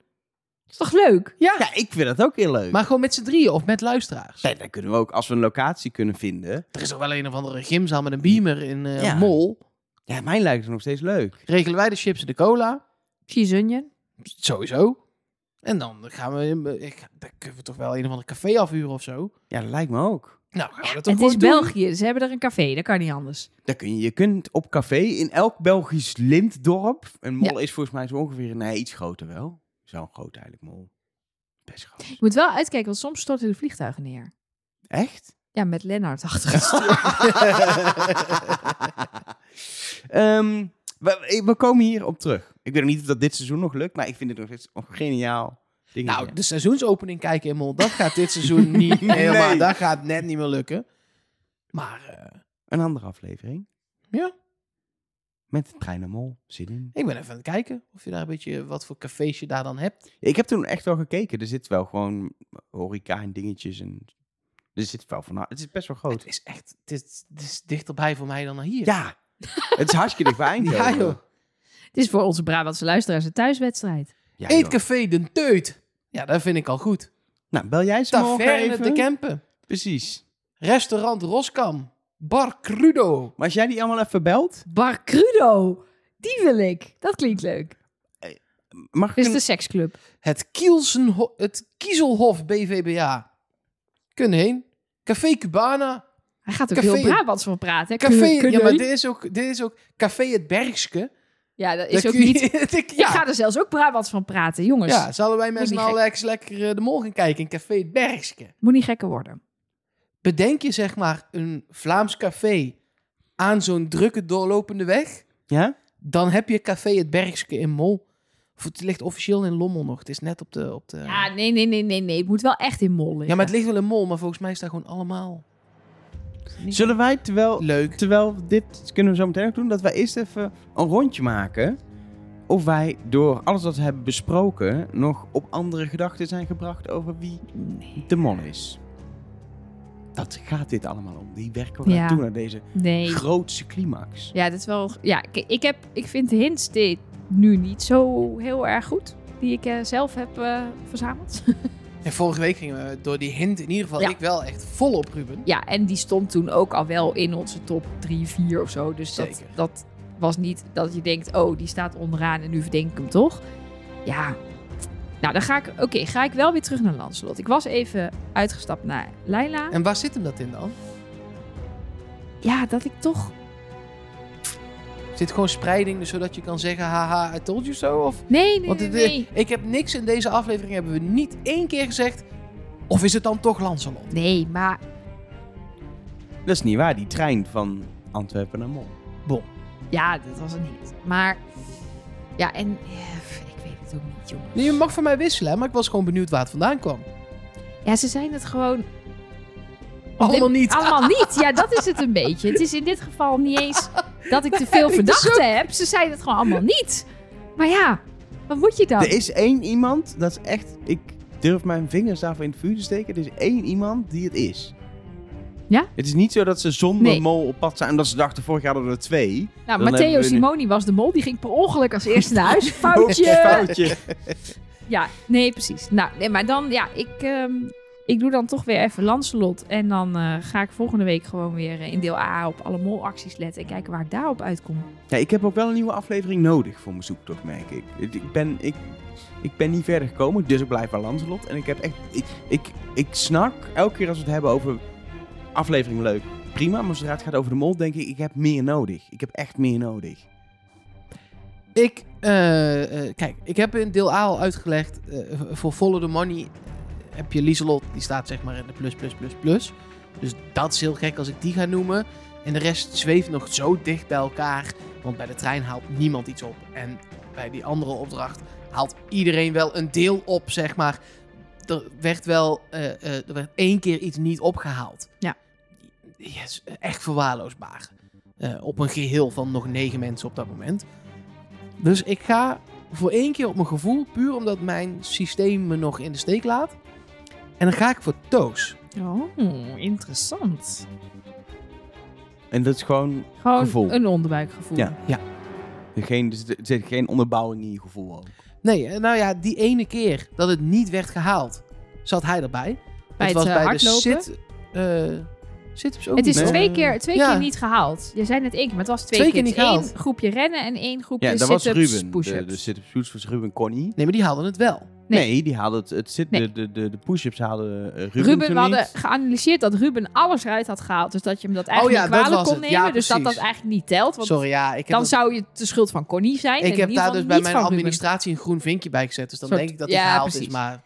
[SPEAKER 1] is toch leuk?
[SPEAKER 2] Ja, ik vind dat ook heel leuk.
[SPEAKER 3] Maar gewoon met z'n drieën of met luisteraars.
[SPEAKER 2] Nee, dan kunnen we ook, als we een locatie kunnen vinden.
[SPEAKER 3] Er is toch wel een of andere gymzaal met een beamer in eh,
[SPEAKER 2] Ja.
[SPEAKER 3] Mol.
[SPEAKER 2] Ja, mij lijkt het nog steeds leuk.
[SPEAKER 3] Regelen wij de chips en de cola.
[SPEAKER 1] Cheese
[SPEAKER 3] Sowieso. En dan gaan we, eh, ik, dan kunnen we toch wel een of ander café afhuren of zo.
[SPEAKER 2] Ja, dat lijkt me ook.
[SPEAKER 3] Nou, gaan we dat toch
[SPEAKER 1] Het is
[SPEAKER 3] gewoon doen?
[SPEAKER 1] België, ze hebben er een café, dat kan niet anders.
[SPEAKER 2] Dan kun je, je kunt op café in elk Belgisch lintdorp. Een mol is volgens mij zo ongeveer, nee, iets groter wel. Zo'n groot eigenlijk mol. Best groot.
[SPEAKER 1] Je moet wel uitkijken, want soms storten de vliegtuigen neer.
[SPEAKER 2] Echt?
[SPEAKER 1] Ja, met Lennart achter het stuur.
[SPEAKER 2] Ehm, we, we komen hier op terug. Ik weet nog niet of dat dit seizoen nog lukt, maar ik vind het nog steeds een geniaal ding.
[SPEAKER 3] Nou, de seizoensopening kijken in Mol, dat gaat dit seizoen niet
[SPEAKER 2] Nee.
[SPEAKER 3] helemaal. Dat gaat net niet meer lukken. Maar eh,
[SPEAKER 2] Een andere aflevering.
[SPEAKER 3] Ja.
[SPEAKER 2] Met de trein naar Mol. Zin in.
[SPEAKER 3] ik ben even aan het kijken of je daar een beetje wat voor cafés je daar dan hebt.
[SPEAKER 2] Ik heb toen echt wel gekeken. Er zit wel gewoon horeca en dingetjes. En... Er zit wel van... Het is best wel groot.
[SPEAKER 3] Het is echt, het is, het is dichterbij voor mij dan hier.
[SPEAKER 2] Ja. het is hartstikke dichtbij
[SPEAKER 3] Ja,
[SPEAKER 2] Eindhoven.
[SPEAKER 3] joh.
[SPEAKER 1] Het is voor onze Brabantse luisteraars een thuiswedstrijd.
[SPEAKER 2] Ja, joh.
[SPEAKER 3] Eetcafé Den Teut. Ja, dat vind ik al goed.
[SPEAKER 2] Nou, bel jij ze morgen
[SPEAKER 3] Taverne
[SPEAKER 2] even?
[SPEAKER 3] de Kempen.
[SPEAKER 2] Precies.
[SPEAKER 3] Restaurant Roskam. Bar Crudo.
[SPEAKER 2] Maar als jij die allemaal even belt...
[SPEAKER 1] Bar Crudo, die wil ik. Dat klinkt leuk.
[SPEAKER 2] Mag ik
[SPEAKER 1] Dit is
[SPEAKER 2] een-
[SPEAKER 1] de seksclub.
[SPEAKER 3] Het, Kielsenho- het Kiezelhof BVBA. Kunnen heen. Café Cubana.
[SPEAKER 1] Hij gaat ook
[SPEAKER 3] Café-
[SPEAKER 1] heel Brabants van praten. hè?
[SPEAKER 3] Café,
[SPEAKER 1] Kunnen-
[SPEAKER 3] ja,
[SPEAKER 1] kunnen
[SPEAKER 3] maar
[SPEAKER 1] jullie?
[SPEAKER 3] dit is ook, dit is ook Café Het Bergske.
[SPEAKER 1] Ja, dat is
[SPEAKER 3] Daar
[SPEAKER 1] ook
[SPEAKER 3] kun je-
[SPEAKER 1] niet...
[SPEAKER 3] Ik-
[SPEAKER 1] Ik
[SPEAKER 3] ja,
[SPEAKER 1] ga er zelfs ook Brabants van praten, jongens.
[SPEAKER 3] ja, zullen wij met
[SPEAKER 1] Moet
[SPEAKER 3] z'n
[SPEAKER 1] niet
[SPEAKER 3] allen eens lekker eh, de mol gaan kijken in Café Het Bergske?
[SPEAKER 1] Moet niet gekker worden.
[SPEAKER 3] Bedenk je zeg maar een Vlaams café aan zo'n drukke doorlopende weg?
[SPEAKER 2] Ja?
[SPEAKER 3] Dan heb je Café Het Bergske in Mol. Of het ligt officieel in Lommel nog. Het is net op de... Op de...
[SPEAKER 1] Ja, nee, nee, nee, nee, nee. Het moet wel echt in mol liggen.
[SPEAKER 3] Ja, maar het ligt wel in mol, maar volgens mij is daar gewoon allemaal
[SPEAKER 2] Zullen wij, terwijl,
[SPEAKER 3] leuk.
[SPEAKER 2] terwijl dit kunnen we zo meteen ook doen, dat wij eerst even een rondje maken of wij door alles wat we hebben besproken nog op andere gedachten zijn gebracht over wie de mol is. Dat gaat dit allemaal om. Die werken we
[SPEAKER 1] Ja.
[SPEAKER 2] naartoe naar deze
[SPEAKER 1] Nee.
[SPEAKER 2] grootste climax.
[SPEAKER 1] Ja, dat is wel... Ja, ik, ik, heb, ik vind de hints dit nu niet zo heel erg goed. Die ik eh, zelf heb eh, verzameld.
[SPEAKER 3] En vorige week gingen we door die hint in ieder geval
[SPEAKER 1] Ja.
[SPEAKER 3] ik wel echt vol op Ruben.
[SPEAKER 1] ja, en die stond toen ook al wel in onze top 3, 4 of zo. Dus dat,
[SPEAKER 3] Zeker.
[SPEAKER 1] dat was niet dat je denkt, oh, die staat onderaan en nu verdenk ik hem toch. Ja, nou dan ga ik, oké, ga ik wel weer terug naar Lancelot. Ik was even uitgestapt naar Leila.
[SPEAKER 3] En waar zit hem dat in dan?
[SPEAKER 1] Ja, dat ik toch...
[SPEAKER 3] Zit gewoon spreiding, dus zodat je kan zeggen, haha, I told you so? Of...
[SPEAKER 1] Nee, nee,
[SPEAKER 3] Want
[SPEAKER 1] nee,
[SPEAKER 3] het, eh,
[SPEAKER 1] nee.
[SPEAKER 3] ik heb niks in deze aflevering, hebben we niet één keer gezegd. Of is het dan toch Lancelot?
[SPEAKER 1] Nee, maar
[SPEAKER 2] Dat is niet waar, die trein van Antwerpen naar Mol.
[SPEAKER 1] ja, dat was een hit. Maar ja, en eh, ik weet het ook niet, jongens.
[SPEAKER 3] Nee, je mag van mij wisselen, hè, maar ik was gewoon benieuwd waar het vandaan kwam.
[SPEAKER 1] Ja, ze zijn het gewoon
[SPEAKER 3] Allemaal niet.
[SPEAKER 1] Allemaal niet. Ja, dat is het een beetje. Het is in dit geval niet eens dat ik te veel verdachten heb. Ze zeiden het gewoon allemaal niet. Maar ja, wat moet je dan?
[SPEAKER 2] Er is één iemand, dat is echt, ik durf mijn vingers daarvoor in het vuur te steken. Er is één iemand die het is.
[SPEAKER 1] Ja?
[SPEAKER 2] Het is niet zo dat ze zonder
[SPEAKER 1] Nee.
[SPEAKER 2] mol op pad zijn, omdat ze dachten vorig jaar hadden we er twee.
[SPEAKER 1] nou,
[SPEAKER 2] dan hebben
[SPEAKER 1] Matteo
[SPEAKER 2] we nu-
[SPEAKER 1] Simoni was de mol. Die ging per ongeluk als eerste naar huis. Foutje!
[SPEAKER 2] Foutje.
[SPEAKER 1] Ja, nee, precies. Nou, nee, maar dan, ja, ik, ehm, ik doe dan toch weer even Lancelot. En dan eh, ga ik volgende week gewoon weer eh, in deel A op alle molacties letten. En kijken waar ik daarop uitkom.
[SPEAKER 2] Ja, ik heb ook wel een nieuwe aflevering nodig voor mijn zoektocht, merk ik. Het- Ik ben, ik, ik ben niet verder gekomen, dus ik blijf bij Lancelot. En ik heb echt... Ik, ik, ik snak elke keer als we het hebben over aflevering leuk. Prima, maar zodra het gaat over de mol, denk ik, ik heb meer nodig. Ik heb echt meer nodig.
[SPEAKER 3] Ik, eh, eh, kijk, ik heb in deel A al uitgelegd. eh, voor Follow the Money heb je Lieselot, die staat zeg maar in de plus, plus, plus, plus. Dus dat is heel gek als ik die ga noemen. En de rest zweeft nog zo dicht bij elkaar. Want bij de trein haalt niemand iets op. En bij die andere opdracht haalt iedereen wel een deel op, zeg maar. Er werd wel eh, eh, er werd één keer iets niet opgehaald.
[SPEAKER 1] Ja.
[SPEAKER 3] Ja, is echt verwaarloosbaar. Eh, op een geheel van nog negen mensen op dat moment. Dus ik ga voor één keer op mijn gevoel, puur omdat mijn systeem me nog in de steek laat. En dan ga ik voor Toos.
[SPEAKER 1] Oh, interessant.
[SPEAKER 2] En dat is gewoon
[SPEAKER 1] Gewoon
[SPEAKER 2] Gevoel.
[SPEAKER 1] een onderbuikgevoel.
[SPEAKER 2] Ja. geen, er zit- er zit geen onderbouwing in je gevoel ook.
[SPEAKER 3] Nee, eh, nou ja, die ene keer dat het niet werd gehaald, zat hij erbij. het
[SPEAKER 1] Bij het,
[SPEAKER 3] was
[SPEAKER 1] eh,
[SPEAKER 3] bij
[SPEAKER 1] hardlopen?
[SPEAKER 3] de sit, eh sit-ups ook
[SPEAKER 1] Het is
[SPEAKER 3] niet, hè?
[SPEAKER 1] twee keer, twee
[SPEAKER 3] Ja.
[SPEAKER 1] keer niet gehaald. Je zei net één keer, maar het was twee,
[SPEAKER 3] Twee keer
[SPEAKER 1] keer.
[SPEAKER 3] niet
[SPEAKER 1] Het is
[SPEAKER 3] gehaald.
[SPEAKER 1] één groepje rennen en één groepje
[SPEAKER 2] Ja, dat was
[SPEAKER 1] sit-ups,
[SPEAKER 2] Ruben. De, dus
[SPEAKER 1] push-ups.
[SPEAKER 2] de sit-ups push-ups was Ruben Connie.
[SPEAKER 3] Nee, maar die haalden het wel.
[SPEAKER 2] Nee,
[SPEAKER 1] Nee.
[SPEAKER 2] die haalden het, het zit,
[SPEAKER 1] Nee.
[SPEAKER 2] de, de, de, de push-ups haalden eh, Ruben,
[SPEAKER 1] Ruben,
[SPEAKER 2] toen
[SPEAKER 1] we hadden
[SPEAKER 2] niet.
[SPEAKER 1] geanalyseerd dat Ruben alles eruit had gehaald. Dus dat je hem dat eigenlijk
[SPEAKER 3] Oh ja,
[SPEAKER 1] niet
[SPEAKER 3] dat
[SPEAKER 1] kwalijk
[SPEAKER 3] was
[SPEAKER 1] kon
[SPEAKER 3] het.
[SPEAKER 1] nemen.
[SPEAKER 3] Ja,
[SPEAKER 1] dus dat dat
[SPEAKER 3] precies.
[SPEAKER 1] eigenlijk niet telt. Want
[SPEAKER 3] Sorry, ja, ik heb,
[SPEAKER 1] dan
[SPEAKER 3] dat-
[SPEAKER 1] zou je de schuld van Connie zijn. en
[SPEAKER 3] ik
[SPEAKER 1] in
[SPEAKER 3] heb daar
[SPEAKER 1] ieder geval
[SPEAKER 3] dus bij
[SPEAKER 1] niet
[SPEAKER 3] mijn
[SPEAKER 1] van Ruben.
[SPEAKER 3] administratie een groen vinkje bij gezet. Dus dan
[SPEAKER 1] Soort-
[SPEAKER 3] denk ik dat die
[SPEAKER 1] ja,
[SPEAKER 3] gehaald is,
[SPEAKER 1] precies.
[SPEAKER 3] maar...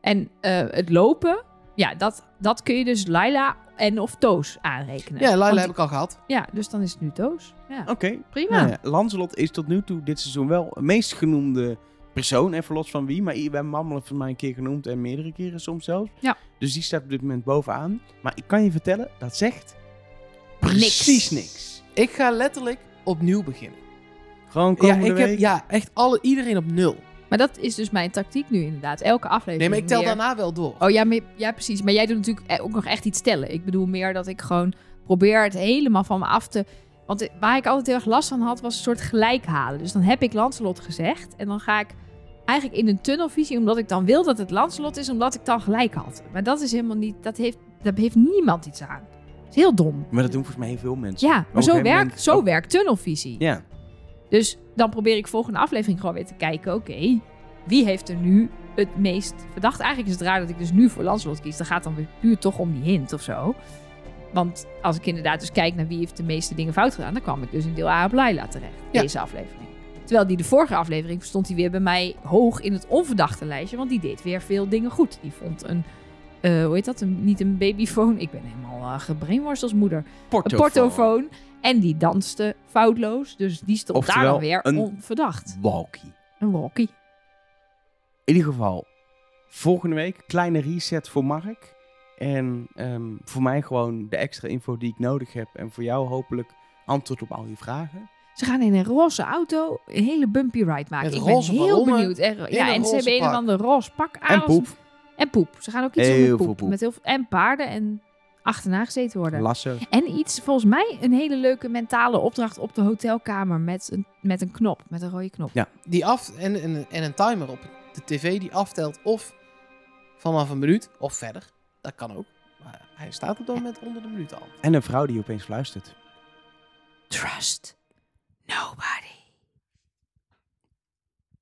[SPEAKER 1] En eh, het lopen, ja, dat, dat kun je dus Laila en of Toos aanrekenen.
[SPEAKER 3] Ja, Oh, Laila
[SPEAKER 1] Want-
[SPEAKER 3] heb ik al gehad.
[SPEAKER 1] Ja, dus dan is het nu Toos. Ja,
[SPEAKER 2] Oké.
[SPEAKER 1] prima.
[SPEAKER 2] Nou ja, Lancelot is tot nu toe dit seizoen wel de meest genoemde persoon. Even los van wie. Maar i- we hebben Mammel van mij een keer genoemd. En meerdere keren soms zelfs.
[SPEAKER 1] Ja.
[SPEAKER 2] Dus die staat op dit moment bovenaan. Maar ik kan je vertellen, dat zegt precies niks.
[SPEAKER 3] Ik ga letterlijk opnieuw beginnen.
[SPEAKER 2] Gewoon
[SPEAKER 3] Ja,
[SPEAKER 2] komende
[SPEAKER 3] ik heb
[SPEAKER 2] week.
[SPEAKER 3] ja, echt alle, iedereen op nul.
[SPEAKER 1] Maar dat is dus mijn tactiek nu inderdaad. Elke aflevering
[SPEAKER 3] Nee, maar ik tel
[SPEAKER 1] weer-
[SPEAKER 3] daarna wel door.
[SPEAKER 1] Oh ja, maar, ja, precies. Maar jij doet natuurlijk eh, ook nog echt iets tellen. Ik bedoel meer dat ik gewoon probeer het helemaal van me af te... Want eh, waar ik altijd heel erg last van had, was een soort gelijk halen. Dus dan heb ik Lancelot gezegd. En dan ga ik eigenlijk in een tunnelvisie, omdat ik dan wil dat het Lancelot is, omdat ik dan gelijk had. Maar dat is helemaal niet... Dat heeft, daar heeft niemand iets aan. Dat is heel dom.
[SPEAKER 2] Maar dat doen volgens mij heel veel mensen.
[SPEAKER 1] Ja,
[SPEAKER 2] op een
[SPEAKER 1] maar zo,
[SPEAKER 2] gegeven
[SPEAKER 1] werkt,
[SPEAKER 2] moment-
[SPEAKER 1] zo
[SPEAKER 2] op-
[SPEAKER 1] werkt tunnelvisie.
[SPEAKER 2] Ja.
[SPEAKER 1] Dus dan probeer ik volgende aflevering gewoon weer te kijken. Oké, wie heeft er nu het meest verdacht? Eigenlijk is het raar dat ik dus nu voor Lancelot kies. Dat gaat dan weer puur toch om die hint of zo. Want als ik inderdaad dus kijk naar wie heeft de meeste dingen fout gedaan... dan kwam ik dus in deel A op Laila terecht.
[SPEAKER 3] Ja.
[SPEAKER 1] Deze aflevering. Terwijl die de vorige aflevering stond hij weer bij mij hoog in het onverdachte lijstje. Want die deed weer veel dingen goed. Die vond een, eh, hoe heet dat? Een, niet een babyfoon. Ik ben helemaal eh, gebrainworst als moeder een portofoon. En die danste foutloos. Dus die stond
[SPEAKER 2] Oftewel,
[SPEAKER 1] daar dan weer
[SPEAKER 2] een-
[SPEAKER 1] onverdacht.
[SPEAKER 2] Walkie.
[SPEAKER 1] Een walkie.
[SPEAKER 2] In ieder geval, volgende week kleine reset voor Mark. En ehm, voor mij gewoon de extra info die ik nodig heb. En voor jou hopelijk antwoord op al je vragen.
[SPEAKER 1] Ze gaan in een roze auto een hele bumpy ride maken.
[SPEAKER 3] Met
[SPEAKER 1] ik
[SPEAKER 3] roze
[SPEAKER 1] ben heel
[SPEAKER 3] ballonnen
[SPEAKER 1] benieuwd. En,
[SPEAKER 3] in een
[SPEAKER 1] ja, en ze
[SPEAKER 3] roze
[SPEAKER 1] hebben een of
[SPEAKER 3] pak.
[SPEAKER 1] ander roze pak aan.
[SPEAKER 2] en poep.
[SPEAKER 1] En poep. Ze gaan ook iets
[SPEAKER 2] Heel
[SPEAKER 1] doen met poep.
[SPEAKER 2] veel poep.
[SPEAKER 1] Met heel veel, en paarden en achterna gezeten worden.
[SPEAKER 2] Lassen.
[SPEAKER 1] en iets, volgens mij, een hele leuke mentale opdracht op de hotelkamer. Met een, met een knop, met een rode knop.
[SPEAKER 3] Die af, en, en, en een timer op de tv die aftelt of vanaf een minuut of verder. Dat kan ook. Maar hij staat op dat moment onder de minuut al.
[SPEAKER 2] En een vrouw die opeens fluistert.
[SPEAKER 1] Trust